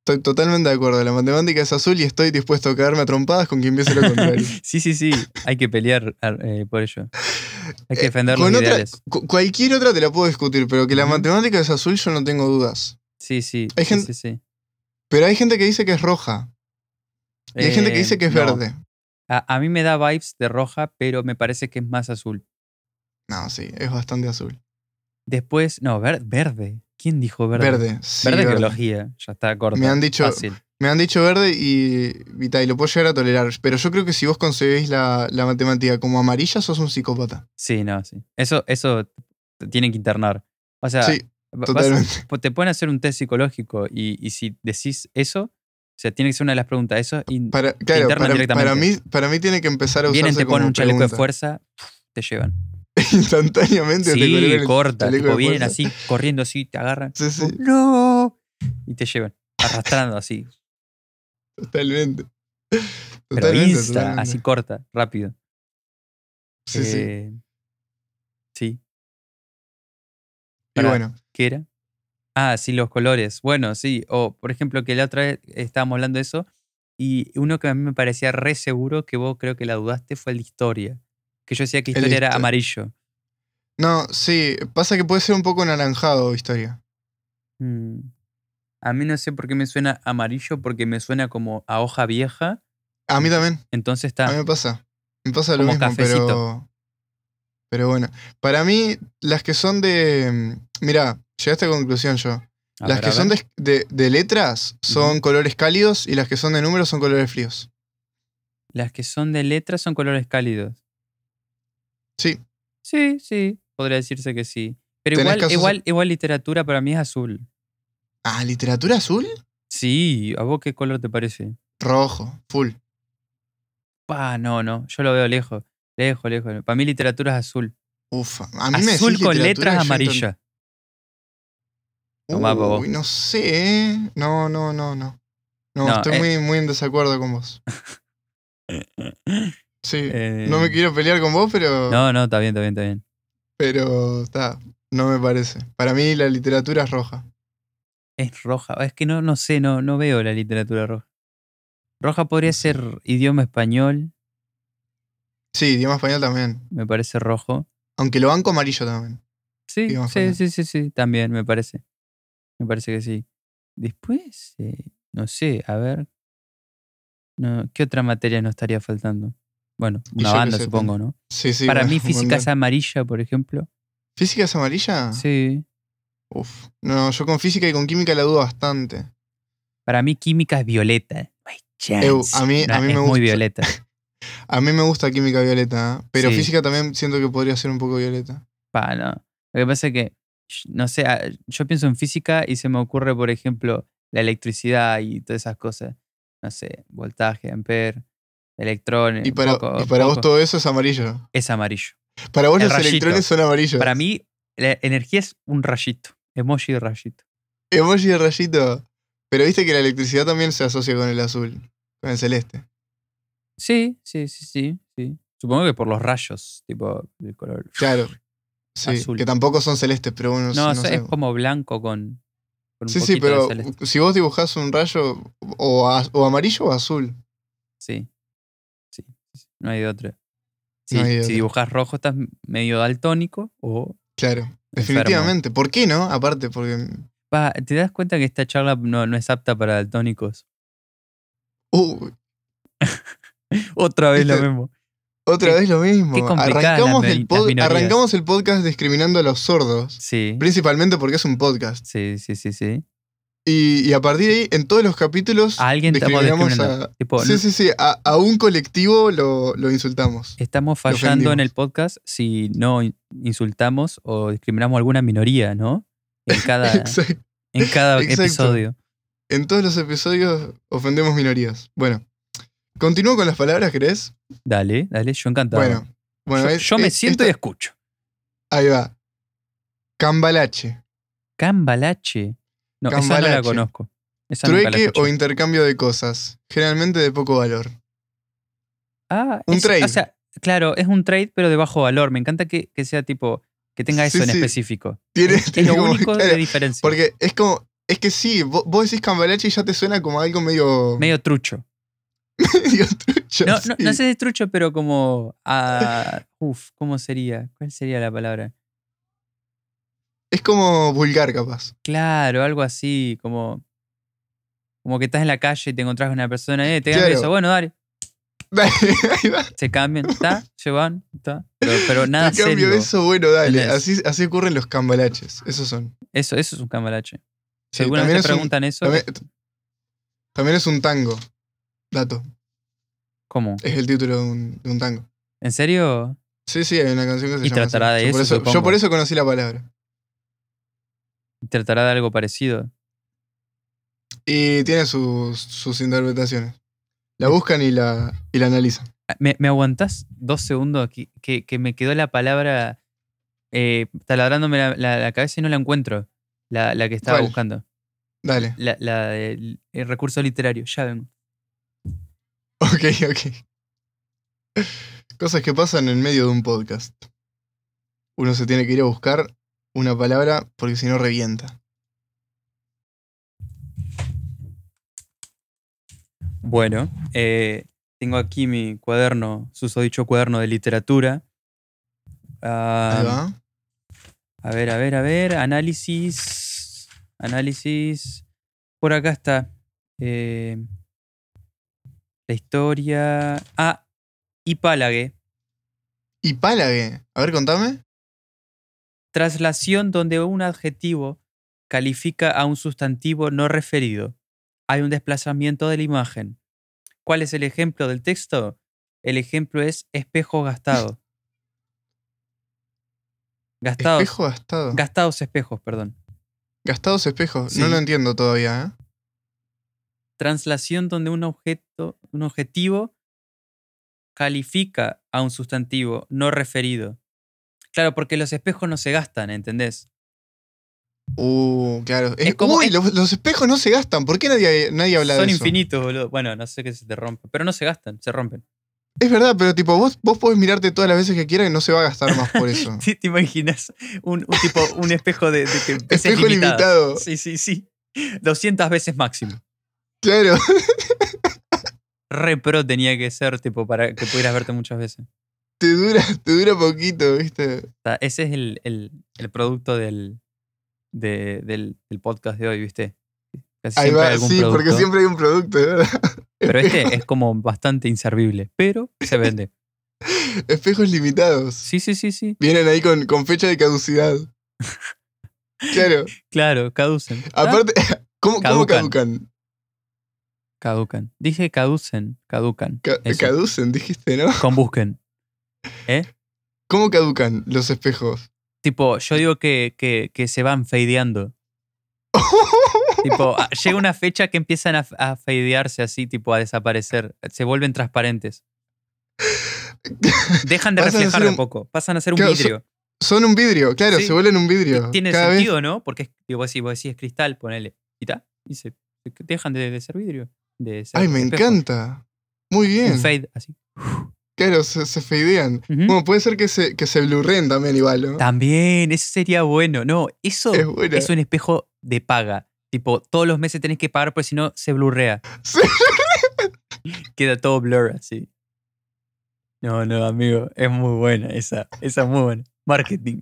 B: Estoy totalmente de acuerdo. La matemática es azul y estoy dispuesto a quedarme a trompadas con quien piense lo contrario.
A: sí, sí, sí. Hay que pelear ar- eh, por ello. Hay que
B: Eh,
A: defender
B: con
A: los
B: otra-
A: ideales.
B: cu- cualquier otra te la puedo discutir, pero que la
A: Ujú.
B: matemática es azul yo no tengo dudas.
A: Sí, sí.
B: Hay
A: sí,
B: gen-
A: sí, sí.
B: Pero hay gente que dice que es roja y hay gente que
A: Eh,
B: dice que es
A: no.
B: verde.
A: A, a mí me da vibes de roja, pero me parece que es más azul.
B: No, sí, es bastante azul.
A: Después, no, ver- verde. ¿Quién dijo verde?
B: Verde, sí.
A: verde, es
B: verde.
A: biología. Ya está corta.
B: Me han dicho-
A: Fácil.
B: Me han dicho verde y, y ta, y lo puedo llegar a tolerar. Pero yo creo que si vos concebís la, la matemática como amarilla, sos un psicópata.
A: Sí, no, sí. Eso, eso te tienen que internar. O sea,
B: sí,
A: va- vas-
B: totalmente.
A: po- te pueden hacer un test psicológico y, y si decís eso, o sea, tiene que ser una de las preguntas. Eso y
B: Para, claro,
A: internan
B: para,
A: directamente.
B: para mí, para mí tiene que empezar a usarse
A: vienen, te
B: como
A: ponen un chaleco de
B: pregunta.
A: fuerza, te llevan.
B: Instantáneamente te
A: Sí,
B: colocan el
A: corta.
B: chaleco
A: Tipo,
B: de
A: vienen
B: fuerza.
A: así, corriendo así, te agarran.
B: Sí, sí,
A: ¡No! Y te llevan, arrastrando así.
B: totalmente.
A: Pero
B: Totalmente,
A: insta,
B: totalmente.
A: así corta, rápido.
B: Sí, sí.
A: Eh, sí,
B: Y
A: pará.
B: bueno,
A: ¿qué era? Ah, sí, los colores. Bueno, sí. O, por ejemplo, que la otra vez estábamos hablando de eso y uno que a mí me parecía re seguro, que vos creo que la dudaste, fue el de historia. Que yo decía que
B: El
A: historia era
B: histo-
A: amarillo.
B: no, sí, pasa que puede ser un poco anaranjado historia.
A: Mm. A mí no sé por qué me suena amarillo, porque me suena como a hoja vieja.
B: A mí también.
A: Entonces
B: A mí
A: está.
B: me pasa. Me pasa lo
A: Ah. Como
B: mismo,
A: cafecito.
B: pero. Pero bueno. Para mí, las que son de. mm, Mirá, llegué a esta conclusión yo.
A: A
B: las
A: ver,
B: que
A: a
B: son
A: ver.
B: de, de- de letras son
A: Ujú.
B: colores cálidos y las que son de números son colores fríos.
A: Las que son de letras son colores cálidos.
B: Sí.
A: Sí, sí, podría decirse que sí. Pero
B: ¿Tenés
A: igual,
B: casos-
A: igual, igual literatura para mí es azul.
B: Ah, literatura azul.
A: Sí, ¿a vos qué color te parece?
B: Rojo, full.
A: Pa, no, no, yo lo veo lejos, lejos, lejos. Para mí literatura es azul.
B: Ufa. A mí me
A: Azul
B: decís
A: con
B: literatura
A: letras
B: y yo entro-
A: amarillas. Tomá pa' vos.
B: Uy, no sé, ¿eh? No, no, no, no. No,
A: No,
B: estoy
A: eh.
B: muy, muy en desacuerdo con vos. Sí.
A: Eh,
B: no me quiero pelear con vos, pero.
A: No, no, está bien, está bien, está bien.
B: Pero está, no me parece. Para mí la literatura es roja.
A: Es roja, es que no, no sé, no, no veo la literatura roja. Roja podría
B: No sé.
A: ser idioma español,
B: Sí, idioma español también.
A: me parece rojo.
B: Aunque lo banco amarillo también.
A: Sí,
B: Idioma
A: sí, sí,
B: español.
A: sí, sí, también me parece. Me parece que sí. Después, eh, no sé, a ver. No, ¿Qué otra materia nos estaría faltando? Bueno,
B: Y
A: una
B: yo qué
A: banda,
B: sé,
A: supongo, ¿no?
B: Sí, sí.
A: Para
B: bueno,
A: mí
B: un
A: física es
B: montón.
A: amarilla, por ejemplo.
B: ¿Física es amarilla?
A: Sí.
B: Uf. No, yo con física y con química la dudo bastante.
A: Para mí química es violeta. No hay chance.
B: a mí- a
A: No,
B: mí me
A: es muy
B: gusta.
A: violeta.
B: A mí me gusta química violeta, ¿eh? pero
A: Sí.
B: física también siento que podría ser un poco violeta.
A: Pa, no. Lo que pasa es que, sh- no sé, ah, yo pienso en física y se me ocurre, por ejemplo, la electricidad y todas esas cosas. No sé, voltaje, amper, electrones.
B: Y para,
A: poco-
B: y para vos
A: poco.
B: todo eso es amarillo.
A: Es amarillo.
B: Para vos
A: El
B: los
A: rayito.
B: electrones son amarillos.
A: Para mí, la energía es un rayito. Emoji de rayito.
B: Emoji de rayito. Pero viste que la electricidad también se asocia con el azul, con el celeste.
A: Sí, sí, sí, sí, sí. Supongo que por los rayos, tipo, el color.
B: Claro. Sí,
A: Azul.
B: que tampoco son celestes, pero bueno,
A: No,
B: no
A: o sea,
B: sé.
A: es como blanco con, con un
B: sí,
A: poquito
B: sí, pero
A: de celeste.
B: si vos dibujás un rayo o, a- o amarillo o azul.
A: Sí, sí, sí, no hay de otra. Sí,
B: hay
A: si
B: de otra.
A: dibujas rojo estás medio daltónico o
B: Claro, definitivamente. ¿Por qué no? Aparte, porque
A: Pa, ¿Te das cuenta que esta charla no, no es apta para daltónicos?
B: Uh,
A: Otra vez lo
B: Este-
A: mismo.
B: otra
A: Qué-
B: vez lo mismo.
A: qué complicadas
B: Arrancamos
A: las
B: el,
A: mi-
B: pod-
A: las minorías.
B: arrancamos el podcast discriminando a los sordos.
A: Sí,
B: Principalmente porque es un podcast.
A: sí, sí, sí, sí.
B: Y, y a partir de ahí, en todos los capítulos,
A: A alguien estamos
B: discriminamos
A: discriminando.
B: a.
A: Tipo,
B: Sí, sí, sí. A, a un colectivo lo, lo insultamos.
A: estamos
B: Lo
A: fallando en
B: ofendimos.
A: el podcast si no in- insultamos o discriminamos a alguna minoría, ¿no? En cada,
B: Exacto.
A: en cada
B: exacto.
A: episodio.
B: En todos los episodios ofendemos minorías. Bueno. Continúo con las palabras, ¿crees?
A: Dale, dale, yo encantado.
B: Bueno. bueno
A: yo,
B: es-
A: yo me
B: es-
A: siento y
B: esta-
A: escucho.
B: Ahí va. Cambalache.
A: Cambalache. No, esa no la
B: Cambalache.
A: conozco. Esa nunca la
B: Trueque
A: escuché.
B: o intercambio de cosas. Generalmente de poco valor.
A: Ah,
B: Un
A: es-
B: trade.
A: O sea, claro, es un trade, pero de bajo valor. Me encanta que, que sea tipo, que tenga eso
B: Sí,
A: en
B: sí.
A: específico.
B: Tiene,
A: Es
B: tiene
A: lo
B: como-
A: único de
B: claro,
A: diferencia.
B: Porque es como. Es que sí, vo- vos, decís cambalache y ya te suena como algo medio.
A: Medio trucho.
B: medio trucho,
A: No, no, no
B: sí.
A: sé de trucho, pero como. ah, uf, ¿cómo sería? ¿Cuál sería la palabra?
B: Es como vulgar, capaz.
A: Claro, algo así, como. Como que estás en la calle y te encontrás con una persona, eh, te dan
B: Claro.
A: beso. Bueno, dale,
B: Dale, ahí va.
A: se cambian, está, se van, está. Pero, pero nada
B: Te cambio
A: Ah, serio. Eso.
B: eso, bueno, dale.
A: ¿Entendés?
B: Así, así ocurren los cambalaches. Esos son.
A: eso, es un cambalache. Si
B: Sí,
A: alguna vez
B: también
A: te
B: es un-
A: preguntan eso,
B: también, también es un tango. Dato.
A: ¿cómo?
B: Es el título de un, de un tango.
A: ¿En serio?
B: Sí, sí, hay una canción que se
A: Y
B: llama. así.
A: tratará de
B: Yo por
A: eso,
B: yo
A: supongo.
B: por eso conocí la palabra.
A: ¿Tratará de algo parecido?
B: Y tiene sus, sus interpretaciones. La buscan y la, y la analizan.
A: ¿Me, me aguantás dos segundos aquí? Que, que me quedó la palabra eh, taladrándome la, la- la cabeza y no la encuentro. La, la que estaba
B: ¿Cuál?
A: buscando.
B: Dale.
A: La, la del- el recurso literario. Ya vengo.
B: Ok, ok. Cosas que pasan en medio de un podcast. Uno se tiene que ir a buscar una palabra porque si no revienta.
A: Bueno, eh, tengo aquí mi cuaderno, susodicho cuaderno de literatura.
B: Ahí
A: Ah,
B: va.
A: a ver, a ver, a ver. Análisis. Análisis. Por acá está. eh, la historia. Ah, Hipálague.
B: Y pálague. A ver, contame.
A: Traslación donde un adjetivo califica a un sustantivo no referido. Hay un desplazamiento de la imagen. ¿Cuál es el ejemplo del texto? El ejemplo es espejo gastado. Gastados.
B: Espejo gastado.
A: Gastados espejos, perdón.
B: Gastados espejos. No
A: Sí.
B: lo entiendo todavía, ¿eh?
A: Translación donde un objeto, un objetivo califica a un sustantivo no referido. Claro, porque los espejos no se gastan, ¿entendés?
B: Uh, claro. Es,
A: Es como-
B: uy,
A: es-
B: los, los espejos no se gastan. ¿Por qué nadie, nadie habla
A: Son
B: de eso?
A: infinitos, boludo. Bueno, no sé qué se te rompe, pero no se gastan, se rompen.
B: Es verdad, pero tipo, vos, vos podés mirarte todas las veces que quieras y no se va a gastar más por eso.
A: ¿Sí ¿Te imaginas un, un tipo, un espejo de, de que veces
B: Espejo
A: limitadas?
B: limitado.
A: Sí, sí, sí. 200 veces máximo.
B: Claro.
A: Re pro tenía que ser, tipo, para que pudieras verte muchas veces.
B: Te dura, te dura poquito, ¿viste?
A: O sea, ese es el, el- el producto del, de- del, del podcast de hoy, ¿viste? Casi
B: Ahí
A: siempre hay
B: va,
A: algún
B: sí,
A: producto,
B: porque siempre hay un producto, de ¿verdad?
A: Pero este es como bastante inservible, pero se vende.
B: Espejos limitados.
A: Sí, sí, sí, sí.
B: Vienen ahí con, con fecha de caducidad. Claro.
A: Claro, caducen. Ah,
B: Aparte, ¿cómo cómo
A: Caducan.
B: caducan?
A: Caducan. Dije caducen, caducan.
B: Ca-
A: Eso.
B: caducen, dijiste, ¿no?
A: Con busquen.
B: ¿Cómo caducan los espejos?
A: Tipo, yo digo que, que- que se van fadeando. Tipo, a- llega una fecha que empiezan a, a fadearse así, tipo, a desaparecer. Se vuelven transparentes. Dejan de
B: Pasan a ser
A: reflejar de
B: un-
A: poco. Pasan a ser un
B: Claro,
A: vidrio.
B: Son un vidrio, claro,
A: Sí.
B: se vuelven un vidrio.
A: Tiene
B: Cada vez-
A: sentido, ¿no? Porque es, digo, vos, decís, vos decís, es cristal, ponele. Y ta. Y se se- dejan de, de ser vidrio. De ser
B: Ay, me
A: espejo.
B: encanta. Muy bien.
A: Un fade así.
B: Claro, se, se fadean.
A: Ujú.
B: Bueno, puede ser que se, que se blurren también igual, ¿no?
A: También, eso sería bueno. No, eso
B: Es buena.
A: es un espejo de paga. Tipo, todos los meses tenés que pagar, porque si no, se blurrea.
B: Sí.
A: Queda todo blur así. No, no, amigo, es muy buena esa. Esa es muy buena. Marketing.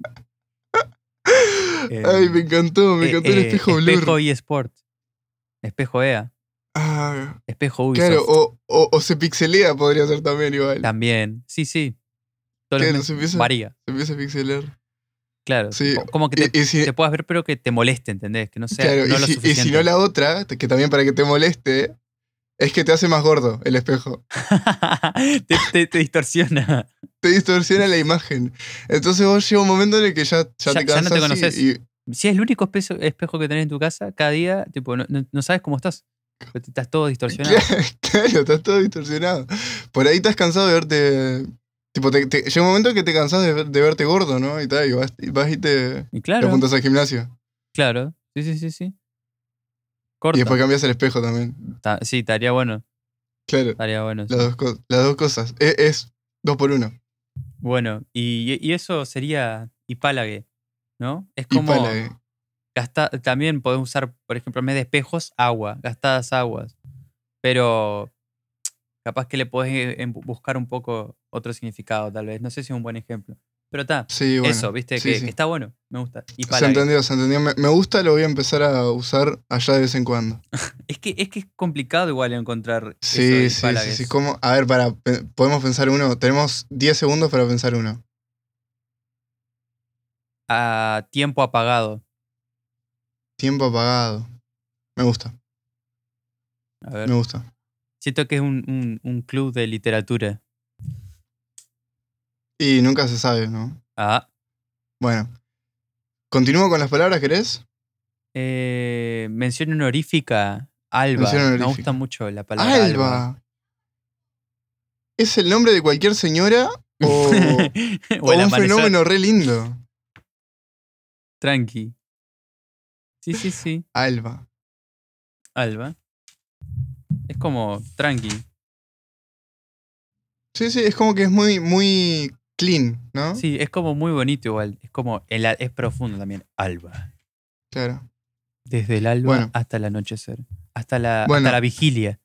A: Eh,
B: Ay, me encantó, me
A: eh,
B: encantó el
A: eh,
B: espejo blur.
A: Espejo eSport. Espejo EA.
B: Ah,
A: Espejo Ubisoft.
B: claro, o, o- o se pixelea podría ser también igual.
A: También. Sí, sí. Todo lo
B: Claro,
A: que-
B: se empieza-
A: varía.
B: Se empieza a pixelar.
A: Claro.
B: Sí,
A: Co- Como que te,
B: Y, y si,
A: te puedas ver, pero que te moleste, ¿entendés? Que no sea
B: claro, y
A: no lo
B: si- y si
A: suficiente.
B: no la otra, que también para que te moleste, es que te hace más gordo el espejo.
A: te, te- te distorsiona.
B: Te distorsiona la imagen. Entonces vos llega un momento en el que ya,
A: Ya-
B: ya, te
A: ya no
B: cansas
A: te
B: y-
A: conoces.
B: y,
A: Si es el único espejo, espejo que tenés en tu casa, cada día, tipo, no, no- no sabes cómo estás. Pero te- Estás todo distorsionado.
B: Claro, claro, estás todo distorsionado. Por ahí estás cansado de verte. Tipo, te- te- llega un momento que te cansás de, ver- de verte gordo, ¿no? Y, tal, y vas, y vas y te, te
A: Y claro,
B: apuntas al gimnasio.
A: claro. Sí, sí, sí, sí. Corta.
B: Y después cambias el espejo también.
A: Ta- sí, estaría bueno.
B: Claro,
A: Estaría bueno. sí.
B: las dos, co- las dos cosas. Es, es dos por uno.
A: Bueno, y, y eso sería hipálague, ¿no? Es
B: Y
A: como
B: pala, eh.
A: gasta- también podés usar, por ejemplo, en vez de espejos, agua, gastadas aguas. Pero capaz que le podés eh, em- buscar un poco otro significado, tal vez. No sé si es un buen ejemplo. Pero está,
B: Sí, bueno.
A: eso, viste,
B: sí,
A: que,
B: sí.
A: que está bueno, me gusta.
B: Se
A: Hipálague.
B: entendió, se entendió. Me, me gusta, lo voy a empezar a usar allá de vez en cuando.
A: Es que, es que es complicado igual encontrar eso de
B: Sí, sí, sí, sí,
A: hipálagues.
B: ¿Cómo? A ver, para, pe- podemos pensar uno. Tenemos 10 segundos para pensar uno.
A: A tiempo apagado.
B: Tiempo apagado. Me gusta,
A: A ver.
B: me gusta.
A: Siento que es un, un- un club de literatura.
B: Y nunca se sabe, ¿no?
A: Ah.
B: Bueno. ¿Continúo con las palabras, querés?
A: Eh, mención honorífica. Alba.
B: Mención
A: Me
B: honorífica.
A: gusta mucho la palabra.
B: Alba. ¿Es el nombre de cualquier señora o, o
A: o el
B: Oh. un
A: amanecer.
B: fenómeno re lindo?
A: Tranqui. Sí, sí, sí.
B: Alba.
A: Alba. Es como tranqui.
B: Sí, sí, es como que es muy, muy clean, ¿no?
A: Sí, es como muy bonito igual. Es como. el a- es profundo también. Alba.
B: Claro.
A: Desde el alba
B: Bueno.
A: hasta el anochecer. Hasta la,
B: Bueno.
A: hasta la vigilia.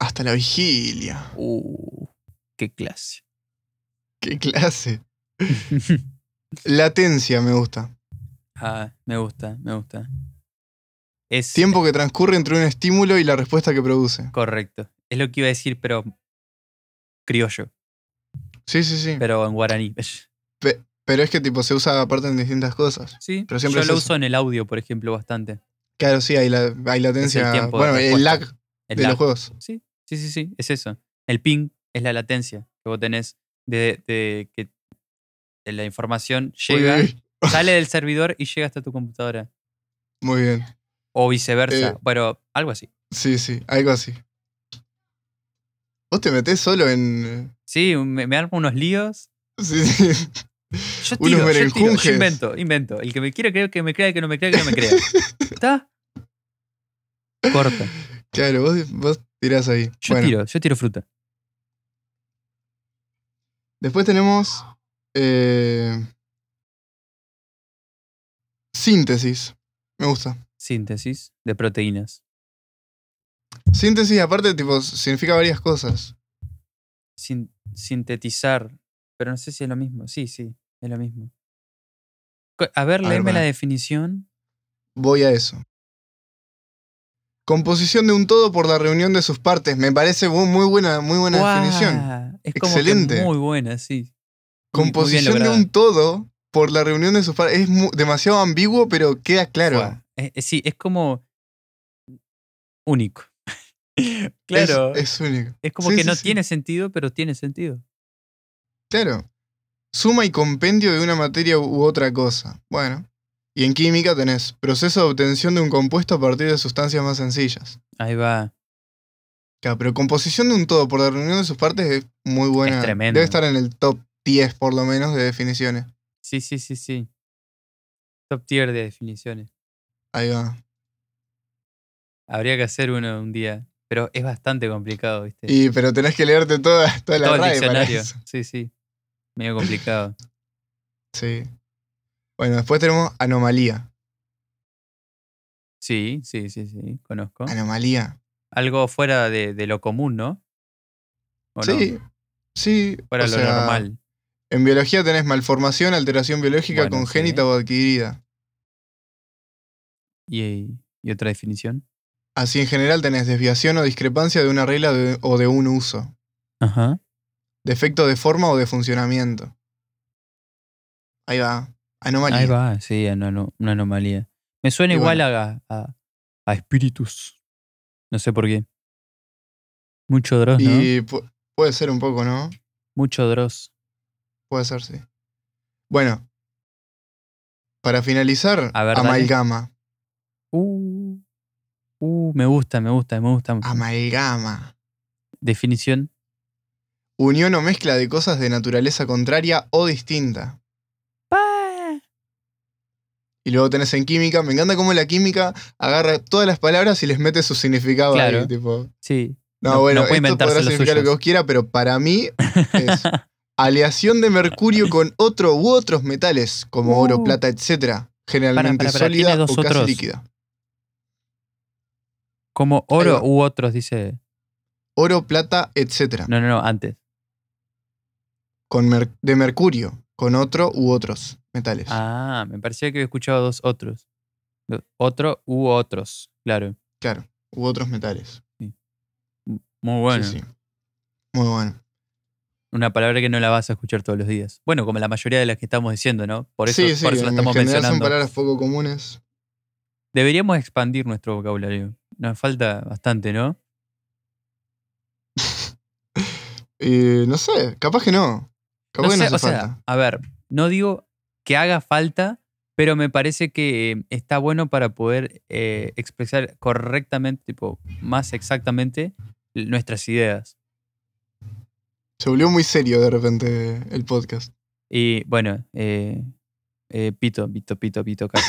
B: Hasta la vigilia.
A: Uh, qué clase.
B: Qué clase. Latencia me gusta.
A: ah, me gusta, me gusta. Es
B: Tiempo que transcurre entre un estímulo y la respuesta que produce.
A: correcto. Es lo que iba a decir, pero criollo.
B: Sí, sí, sí.
A: Pero en guaraní.
B: Pero es que tipo se usa aparte en distintas cosas.
A: Sí,
B: Pero
A: yo
B: siempre es
A: lo
B: eso.
A: uso en el audio, por ejemplo, bastante.
B: Claro, sí, hay, la, hay latencia.
A: tiempo de
B: bueno, el lag
A: respuesta. El
B: de
A: lag.
B: los juegos.
A: Sí, sí, sí, sí, es eso. El ping es la latencia que vos tenés de, de que la información
B: Uy,
A: llega,
B: uy, uy.
A: sale del servidor y llega hasta tu computadora.
B: Muy bien.
A: O viceversa,
B: Eh,
A: pero algo así.
B: Sí, sí, algo así. Vos te metés solo en. eh,
A: Sí, me, me armo unos líos.
B: Sí, sí.
A: Yo tiro,
B: Unos
A: yo, tiro, yo
B: berenjunjes.
A: invento, invento. El que me quiera creer que me crea, el que no me crea, que no me crea. ¿Está? Corta.
B: Claro, vos, vos tirás ahí.
A: Yo
B: bueno,
A: tiro, yo tiro fruta.
B: después tenemos. eh, síntesis. Me gusta.
A: Síntesis de proteínas.
B: Síntesis, aparte, tipo, significa varias cosas.
A: sin- sintetizar. Pero no sé si es lo mismo. Sí, sí, es lo mismo. Co- A ver,
B: ver,
A: léeme la
B: pará.
A: definición.
B: Voy a eso. Composición de un todo por la reunión de sus partes. Me parece bu- muy buena, muy buena
A: ¡Guau!
B: definición.
A: Es como
B: Excelente.
A: que muy buena, sí. Muy- muy bien
B: Composición de
A: lograda.
B: un todo por la reunión de sus partes. Es mu- demasiado ambiguo, pero queda claro.
A: Guau. Eh, eh, sí, es como único. claro, es,
B: Es, es único.
A: como
B: sí,
A: que
B: sí,
A: no
B: sí.
A: tiene sentido, pero tiene sentido.
B: Claro. Suma y compendio de una materia u otra cosa. Bueno. Y en química tenés proceso de obtención de un compuesto a partir de sustancias más sencillas.
A: Ahí va.
B: Claro, pero composición de un todo por la reunión de sus partes es muy buena.
A: Es tremendo.
B: Debe estar en el top 10 por lo menos de definiciones.
A: Sí, sí, sí, sí. Top tier de definiciones.
B: Ahí va.
A: Habría que hacer uno un día, pero es bastante complicado, ¿viste?
B: Y, pero tenés que leerte toda, toda la
A: Todo el
B: RAE para
A: diccionario.
B: eso.
A: Sí, sí. Medio complicado.
B: Sí. Bueno, después tenemos anomalía.
A: Sí, sí, sí, sí, conozco.
B: Anomalía.
A: Algo fuera de, de lo común, ¿no? ¿O no?
B: Sí, sí.
A: Fuera
B: o
A: de lo
B: sea,
A: normal.
B: En biología tenés malformación, alteración biológica
A: Bueno,
B: congénita
A: sí.
B: o adquirida.
A: y, y otra definición.
B: Así en general tenés desviación o discrepancia de una regla de- o de un uso,
A: Ajá.
B: defecto de forma o de funcionamiento. Ahí va, anomalía.
A: Ahí va, sí, ano- ano- una anomalía. Me suena
B: Y
A: igual a, a, a espíritus. No sé por qué. Mucho Dross, ¿no?
B: Y pu- puede ser un poco, ¿no?
A: Mucho Dross.
B: Puede ser, sí. Bueno, para finalizar,
A: A ver, dale.
B: amalgama.
A: Uh, uh, me gusta, me gusta, me gusta.
B: Ah, Amalgama.
A: Definición.
B: Unión o mezcla de cosas de naturaleza contraria o distinta.
A: Pa.
B: Y luego tenés en química, me encanta cómo la química agarra todas las palabras y les mete su significado
A: Claro.
B: ahí, tipo.
A: Sí.
B: No,
A: No-
B: bueno,
A: no puede
B: esto podrá
A: inventarse los
B: significar lo que
A: suyos.
B: vos quieras, pero para mí es aleación de mercurio con otro u otros metales, como oro,
A: Uh.
B: plata, etcétera, generalmente
A: pará, pará,
B: sólida
A: tiene dos
B: o casi
A: otros.
B: líquida.
A: Como
B: Ahí
A: oro
B: va.
A: u otros, dice.
B: Oro, plata, etcétera.
A: No, no, no, antes.
B: Con mer- de mercurio, con otro u otros metales.
A: Ah, me parecía que había escuchado dos otros. Lo- Otro u otros, claro.
B: Claro, u otros metales.
A: Muy bueno.
B: Sí, sí. Muy bueno.
A: Una palabra que no la vas a escuchar todos los días. Bueno, como la mayoría de las que estamos diciendo, ¿no? Por eso,
B: sí, sí,
A: por eso la
B: en
A: estamos
B: general son
A: mencionando.
B: palabras poco comunes.
A: Deberíamos expandir nuestro vocabulario. Nos falta bastante, ¿no?
B: Eh, no sé, capaz que no. Capaz
A: No
B: que no
A: sé,
B: hace
A: o sea,
B: falta.
A: a ver, no digo que haga falta, pero me parece que eh, está bueno para poder eh, expresar correctamente, tipo, más exactamente l- nuestras ideas.
B: Se volvió muy serio de repente el podcast.
A: Y bueno, eh, eh, pito, pito, pito, pito, caca.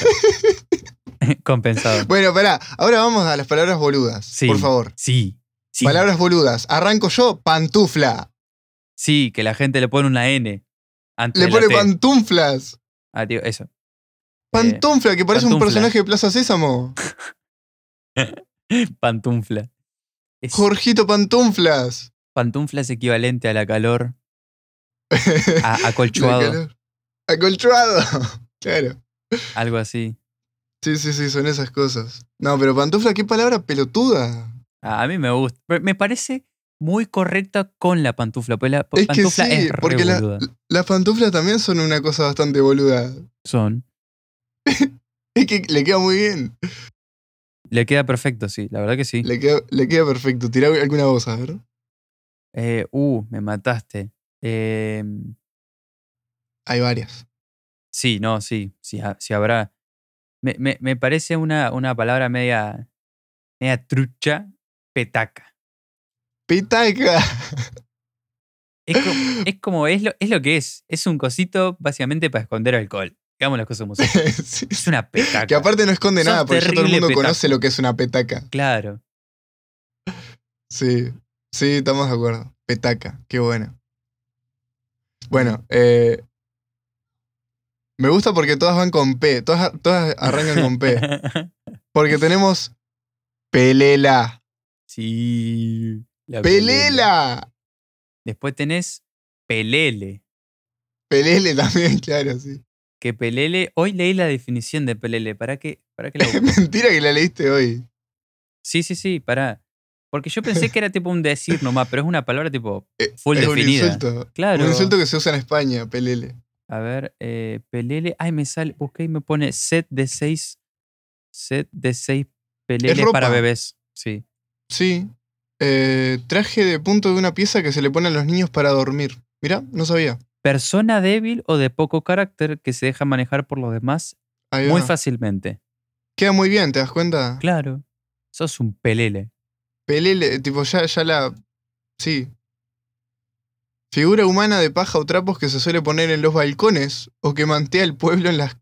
A: Compensado.
B: Bueno, pará, ahora vamos a las palabras boludas.
A: Sí.
B: Por favor.
A: Sí, sí,
B: Palabras boludas. Arranco yo, pantufla.
A: sí, que la gente le pone una N. antes
B: Le
A: de la
B: pone
A: T.
B: pantuflas.
A: Ah, digo, eso. Eh,
B: Pantufla, que parece un
A: pantufla.
B: personaje de Plaza Sésamo.
A: Pantufla. Es-
B: Jorgito Pantuflas.
A: pantufla es equivalente a la calor,
B: La
A: a acolchuado,
B: calor. Acolchuado. Claro.
A: algo así.
B: Sí, sí, sí, son esas cosas. No, pero pantufla, qué palabra pelotuda.
A: A a mí me gusta. Pero Me parece muy correcta con la pantufla. Porque la p-
B: Es que
A: pantufla
B: sí,
A: es re
B: porque la-
A: boluda.
B: Las pantuflas también son una cosa bastante boluda.
A: Son.
B: Es que le queda muy bien.
A: Le queda perfecto, sí. La verdad que sí.
B: Le queda, le queda perfecto. Tirá alguna voz, a ver.
A: Eh, uh, me mataste. Eh,
B: Hay varias.
A: sí, no, sí. Sí, ha- sí habrá. Me, me- me parece una, una palabra media, media trucha, petaca.
B: Pitaca.
A: Es, co- es como, es lo, es lo que es. Es un cosito básicamente para esconder alcohol. Digamos las cosas como son.
B: Sí,
A: Es una petaca.
B: Que aparte no esconde
A: Sos
B: nada, porque ya todo el
A: terrible
B: mundo
A: petaco.
B: conoce lo que es una petaca.
A: Claro.
B: Sí, sí, estamos de acuerdo. Petaca, qué bueno. Bueno, eh, me gusta porque todas van con P, todas, todas arrancan con P. Porque tenemos Pelela.
A: sí. la
B: ¡Pelela!
A: Después tenés pelele.
B: Pelele también, claro, sí.
A: Que pelele, hoy leí la definición de pelele. ¿Para qué? ¿Para qué la busco?
B: Mentira que la leíste hoy.
A: Sí, sí, sí, para. Porque yo pensé que era tipo un decir nomás, pero es una palabra tipo full
B: Eh, es un
A: definida.
B: insulto.
A: Claro.
B: Un insulto que se usa en España, pelele.
A: A ver, eh, pelele. Ay, me sale, busqué y me pone set de seis. Set de seis peleles
B: ropa.
A: para bebés. Sí.
B: Sí. Eh, traje de punto de una pieza que se le pone a los niños para dormir. Mirá, no sabía.
A: Persona débil o de poco carácter que se deja manejar por los demás
B: Ahí
A: muy
B: va.
A: fácilmente.
B: Queda muy bien, ¿te das cuenta?
A: Claro. Sos un pelele.
B: Pelele, tipo, ya, ya la. Sí. Figura humana de paja o trapos que se suele poner en los balcones o que mantea el pueblo en las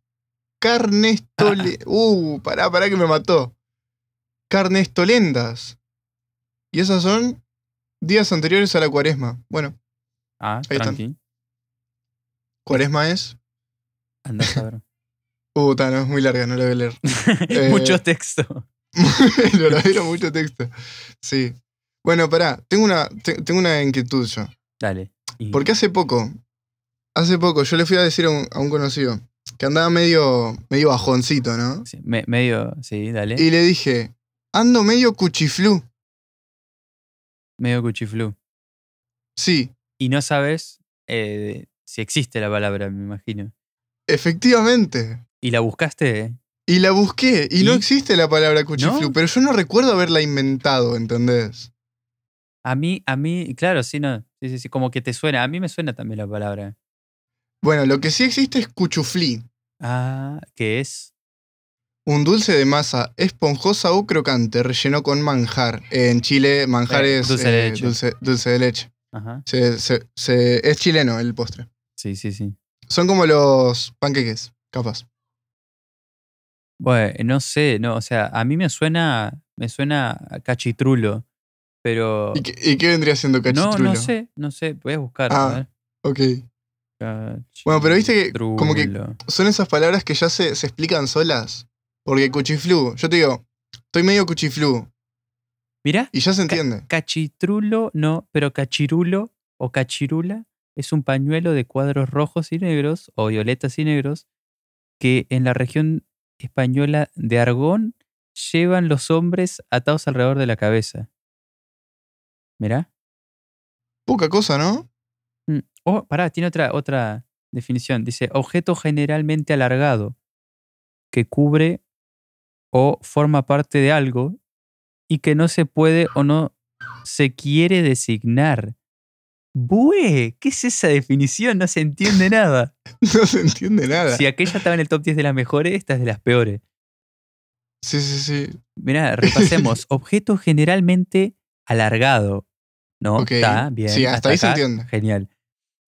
B: carnestole. Uh, pará, pará que me mató. Carnestolendas. Y esas son días anteriores a la cuaresma. Bueno,
A: Ah,
B: Ahí están.
A: tranqui.
B: cuaresma es.
A: Andá a saber.
B: Uh, ta, no, es muy larga, no la voy a leer. Eh,
A: Mucho texto.
B: Lo ladero mucho texto. Sí. Bueno, pará, tengo una, te- tengo una inquietud yo.
A: Dale. Y-
B: Porque hace poco, hace poco, yo le fui a decir a un, a un conocido, que andaba medio, medio bajoncito, ¿no?
A: Sí, me- medio, sí, dale.
B: Y le dije, ando medio cuchiflú.
A: Medio cuchiflú.
B: Sí,
A: Y no sabes eh, si existe la palabra, me imagino.
B: efectivamente.
A: Y la buscaste.
B: Y la busqué, y, no
A: ¿Y?
B: existe la palabra cuchiflú,
A: ¿No?
B: pero yo no recuerdo haberla inventado, ¿entendés?
A: A mí, a mí, claro, sí, no. Sí, sí, sí, como que te suena. A mí me suena también la palabra.
B: Bueno, lo que sí existe es cuchuflí,
A: Ah, ¿qué es?
B: un dulce de masa esponjosa o crocante, relleno con manjar. En Chile, manjar
A: Eh,
B: es
A: dulce de
B: eh,
A: leche.
B: dulce- dulce de leche.
A: Ajá.
B: Se- se- se- es chileno el postre.
A: Sí, sí, sí.
B: Son como los panqueques, capaz.
A: Bueno, no sé, no, o sea, a mí me suena, me suena a cachitrulo, pero
B: ¿Y qué, y qué vendría siendo
A: no,
B: cachitrulo?
A: no sé, no sé, voy a buscar. a
B: Ah,
A: ver.
B: Ok. Bueno, pero viste que como que-
A: Cachitrulo.
B: Son esas palabras que ya se, se explican solas. Porque cuchiflú, yo te digo, estoy medio cuchiflú.
A: Mirá,
B: Y ya se entiende.
A: cachitrulo, no, pero cachirulo o cachirula es un pañuelo de cuadros rojos y negros o violetas y negros que en la región española de Aragón llevan los hombres atados alrededor de la cabeza. Mirá.
B: Poca cosa, ¿no?
A: Mm. Oh, pará, tiene otra, otra definición. Dice, objeto generalmente alargado que cubre o forma parte de algo y que no se puede o no se quiere designar. ¡Bue! ¿Qué es esa definición? No se entiende nada.
B: No se entiende nada.
A: Si
B: Sí,
A: aquella estaba en el top 10 de las mejores, esta es de las peores.
B: sí, sí.
A: Mirá, repasemos. Objeto generalmente alargado. ¿No?
B: Ok.
A: Está bien.
B: Sí, hasta ahí se
A: acá,
B: entiende.
A: Genial.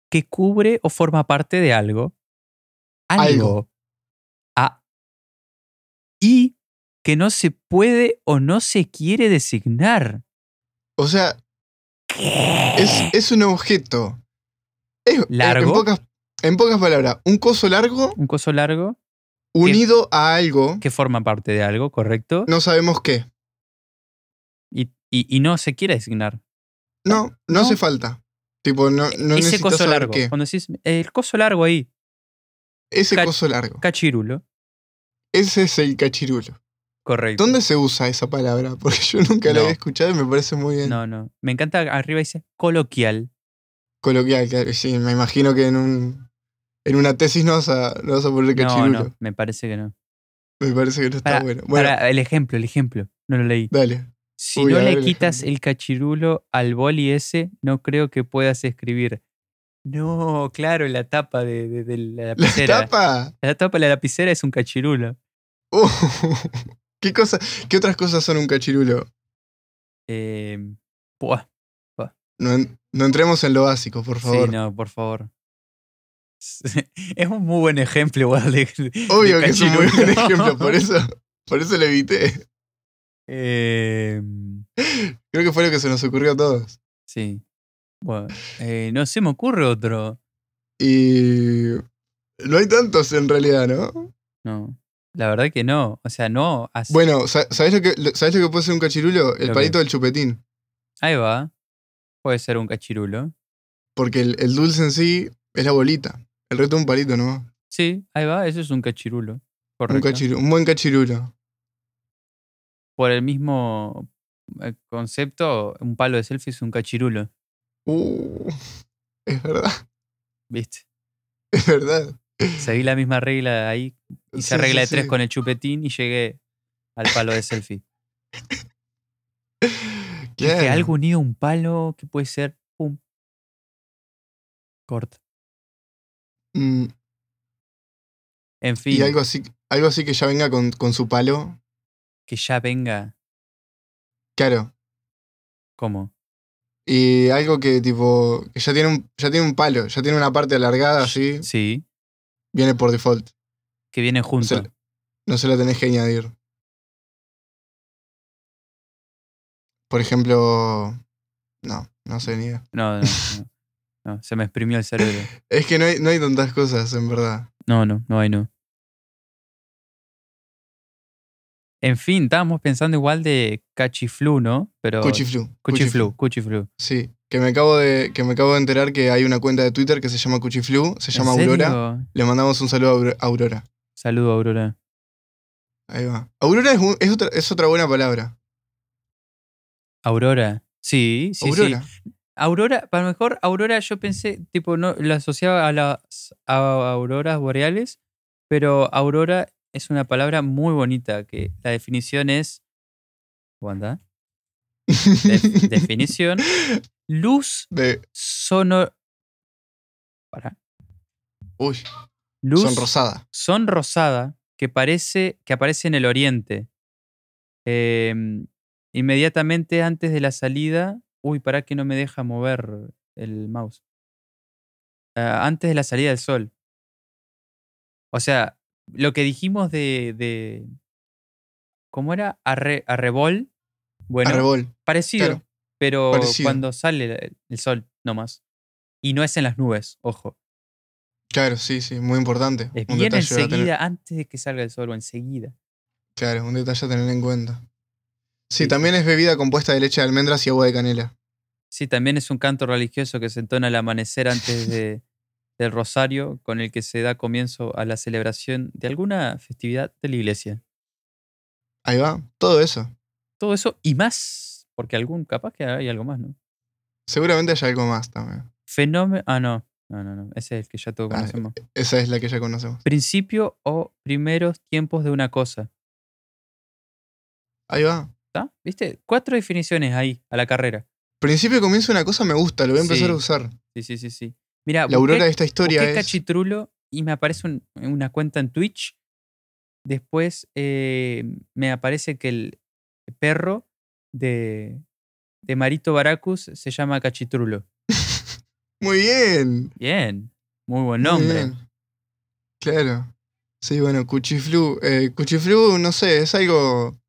A: Que cubre o forma parte de algo. Algo.
B: Algo.
A: A- y que no se puede o no se quiere designar.
B: O sea, es, es un objeto. Es,
A: ¿Largo?
B: En pocas, en pocas palabras, un coso largo
A: Un coso largo
B: unido a algo
A: que forma parte de algo, ¿correcto?
B: no sabemos qué.
A: Y, y- y no se quiere designar.
B: No, no,
A: No.
B: hace falta. Tipo, no, no
A: Ese
B: necesitas
A: coso
B: saber
A: largo.
B: qué.
A: Cuando decís, el coso largo ahí,
B: Ese
A: Cach-
B: coso largo.
A: cachirulo.
B: Ese es el cachirulo.
A: Correcto.
B: ¿Dónde se usa esa palabra? Porque yo nunca la
A: No.
B: había escuchado y me parece muy bien.
A: No, no. Me encanta arriba dice coloquial.
B: Coloquial, claro. Sí, me imagino que en un en una tesis no vas a, no vas a poner
A: No,
B: cachirulo.
A: no, me parece que no.
B: Me parece que no está
A: Para-
B: bueno. Bueno,
A: Ahora, el ejemplo, el ejemplo. No lo leí.
B: dale.
A: Si
B: Uy,
A: no
B: a ver
A: le
B: el
A: quitas
B: ejemplo.
A: el cachirulo al boli ese, no creo que puedas escribir. No, claro, la tapa de, de- de la
B: ¿La
A: lapicera.
B: tapa?
A: La tapa de la lapicera es un cachirulo.
B: Uh, ¿qué, cosa, ¿Qué otras cosas son un cachirulo?
A: Eh, buah,
B: No, en- no entremos en lo básico, por
A: sí,
B: favor.
A: no, por favor. Es un muy buen ejemplo igual de, de
B: Obvio que es un muy buen
A: cachirulo.
B: ejemplo, por eso, por eso lo evité.
A: Eh,
B: Creo que fue lo que se nos ocurrió a todos.
A: sí. Bueno, eh, no se me ocurre otro.
B: Y no hay tantos en realidad, ¿no?
A: No, la verdad que no. O sea, no. así-
B: Bueno, sa- ¿sabés lo que, lo- ¿sabés lo que puede ser un cachirulo? El
A: Lo
B: palito
A: que-
B: del chupetín.
A: Ahí va. Puede ser un cachirulo.
B: Porque el, el dulce en sí es la bolita. El resto es un palito nomás.
A: Sí, ahí va. Eso es un cachirulo.
B: Un,
A: Correcto.
B: cachiru- un buen cachirulo.
A: Por el mismo eh, concepto, un palo de selfie es un cachirulo.
B: Uh, es verdad,
A: ¿Viste?
B: es verdad.
A: Seguí la misma regla ahí. Hice
B: Sí,
A: regla
B: sí,
A: de tres
B: sí.
A: con el chupetín y llegué al palo de selfie. Dije,
B: Claro.
A: algo unido a un palo que puede ser. Pum. Corta.
B: Mm,
A: En fin,
B: y algo así, algo así que ya venga con, con su palo.
A: que ya venga.
B: Claro.
A: ¿Cómo?
B: Y algo que tipo. que ya tiene un, ya tiene un palo, ya tiene una parte alargada así.
A: Sí,
B: Viene por default.
A: que vienen
B: No se
A: juntos.
B: la- no se la tenés que añadir. Por ejemplo. No, no sé ni. idea.
A: No, no, no. No, se me exprimió el cerebro.
B: Es que no hay, no hay tantas cosas, en verdad.
A: No, no, no hay no. En fin, estábamos pensando igual de cachiflú, ¿no? Pero
B: Cuchiflu.
A: cuchiflú, cuchiflú.
B: Sí, que me, acabo de, que me acabo de enterar que hay una cuenta de Twitter que se llama Cuchiflu, se llama
A: ¿En serio?
B: Aurora. Le mandamos un saludo a Auro- a Aurora.
A: Saludo, Aurora.
B: Ahí va. Aurora es, un- es otra, es otra buena palabra.
A: Aurora. Sí, sí, sí.
B: Aurora.
A: Aurora, para lo mejor, Aurora yo pensé, tipo, no la asociaba a las a- auroras boreales, pero Aurora es una palabra muy bonita, que la definición es, ¿cuándo? Def- definición, luz
B: De-
A: sonor... Para.
B: uy,
A: Luz
B: son rosada.
A: sonrosada que, parece, que aparece en el oriente. Eh, inmediatamente antes de la salida. Uy, para que no me deja mover el mouse. Ah, antes de la salida del sol. O sea, lo que dijimos de. de- ¿Cómo era? Arre, arrebol. Bueno,
B: Arrebol.
A: parecido,
B: claro,
A: pero
B: parecido.
A: cuando sale el, el sol, nomás. Y no es en las nubes, ojo.
B: Claro, sí, sí, muy importante.
A: Es
B: un
A: bien
B: detalle a tener-
A: enseguida, antes de que salga el sol o enseguida.
B: Claro, un detalle a tener en cuenta.
A: Sí,
B: Sí,
A: sí.
B: también es bebida compuesta de leche de almendras y agua de canela.
A: Sí, también es un canto religioso que se entona al amanecer antes de- del rosario, con el que se da comienzo a la celebración de alguna festividad de la iglesia.
B: Ahí va, todo eso.
A: Todo eso y más, porque algún capaz que hay algo más, ¿no?
B: Seguramente haya algo más también.
A: Fenómeno. Ah, no. No, no, no. Ese es el que ya todos
B: Ah,
A: conocemos.
B: Esa es la que ya conocemos.
A: Principio o primeros tiempos de una cosa.
B: Ahí va.
A: ¿Está? ¿Viste? Cuatro definiciones ahí, a la carrera.
B: Principio y comienzo una cosa me gusta, lo voy a empezar
A: Sí.
B: a usar.
A: Sí, sí, sí, sí. Mira,
B: La aurora de esta historia
A: busqué
B: es.
A: cachitrulo y me aparece un- una cuenta en Twitch. Después eh, me aparece que el perro de, de Marito Baracus se llama Cachitrulo.
B: Muy bien.
A: Bien, muy buen
B: muy
A: nombre.
B: bien. Claro. Sí, bueno, cuchiflu. Eh, cuchiflu, no sé, es algo.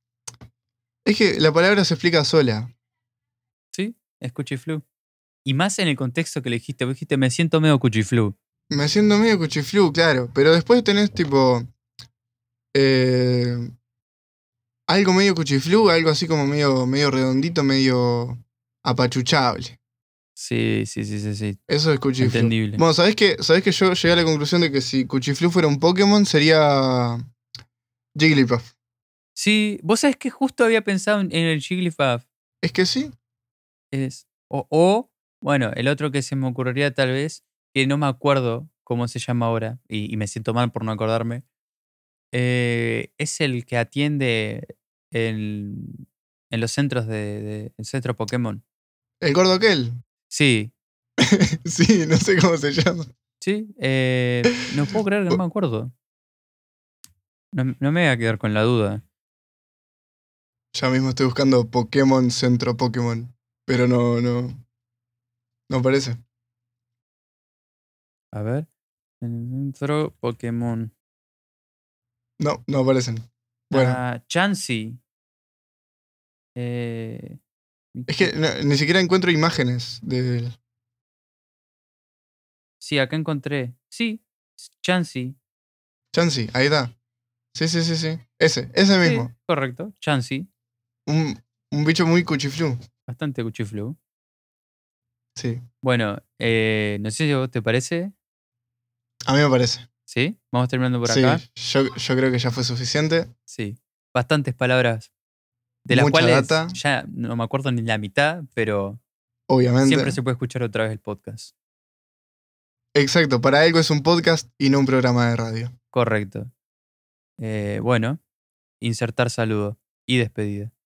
B: Es que la palabra se explica sola.
A: Sí, es Cuchiflu. Y más en el contexto que le dijiste, vos dijiste, me siento medio Cuchiflu.
B: Me siento medio cuchiflu, claro. Pero después tenés tipo. eh, algo medio cuchiflu, algo así como medio, medio redondito, medio apachuchable.
A: Sí, sí, sí, sí, sí.
B: Eso es Cuchiflu.
A: Entendible.
B: Bueno, ¿sabés que, ¿sabés que yo llegué a la conclusión de que si Cuchiflu fuera un Pokémon sería Jigglypuff?
A: Sí, vos sabés que justo había pensado en en el Jigglypuff.
B: Es que sí.
A: es. O, o, bueno, el otro que se me ocurriría tal vez, que no me acuerdo cómo se llama ahora, y, y me siento mal por no acordarme, eh, es el que atiende en, en los centros de, de- el centro Pokémon.
B: El gordo aquel.
A: Sí,
B: sí, no sé cómo se llama.
A: sí, eh, no puedo creer que no me acuerdo. No, no me voy a quedar con la duda.
B: Ya mismo estoy buscando Pokémon Centro Pokémon. Pero no, no. No parece.
A: A ver. En el centro Pokémon.
B: No, no aparecen. Bueno,
A: Ah, Chansey. Eh,
B: es que no- ni siquiera encuentro imágenes de él.
A: Sí, acá encontré. Sí, Chansey.
B: Chansey, ahí está. Sí, sí, sí, sí. Ese, ese
A: Sí,
B: mismo.
A: correcto, Chansey.
B: Un, un bicho muy cuchiflú.
A: Bastante cuchiflu.
B: Sí,
A: Bueno, eh, no sé si a vos te parece.
B: a mí me parece.
A: ¿Sí? Vamos terminando por
B: sí,
A: acá.
B: yo, yo creo que ya fue suficiente.
A: Sí. Bastantes palabras. De las
B: Mucha
A: cuales
B: data.
A: ya no me acuerdo ni la mitad, pero
B: Obviamente.
A: siempre se puede escuchar otra vez el podcast.
B: Exacto, para algo es un podcast y no un programa de radio.
A: Correcto. Eh, bueno, insertar saludo y despedida.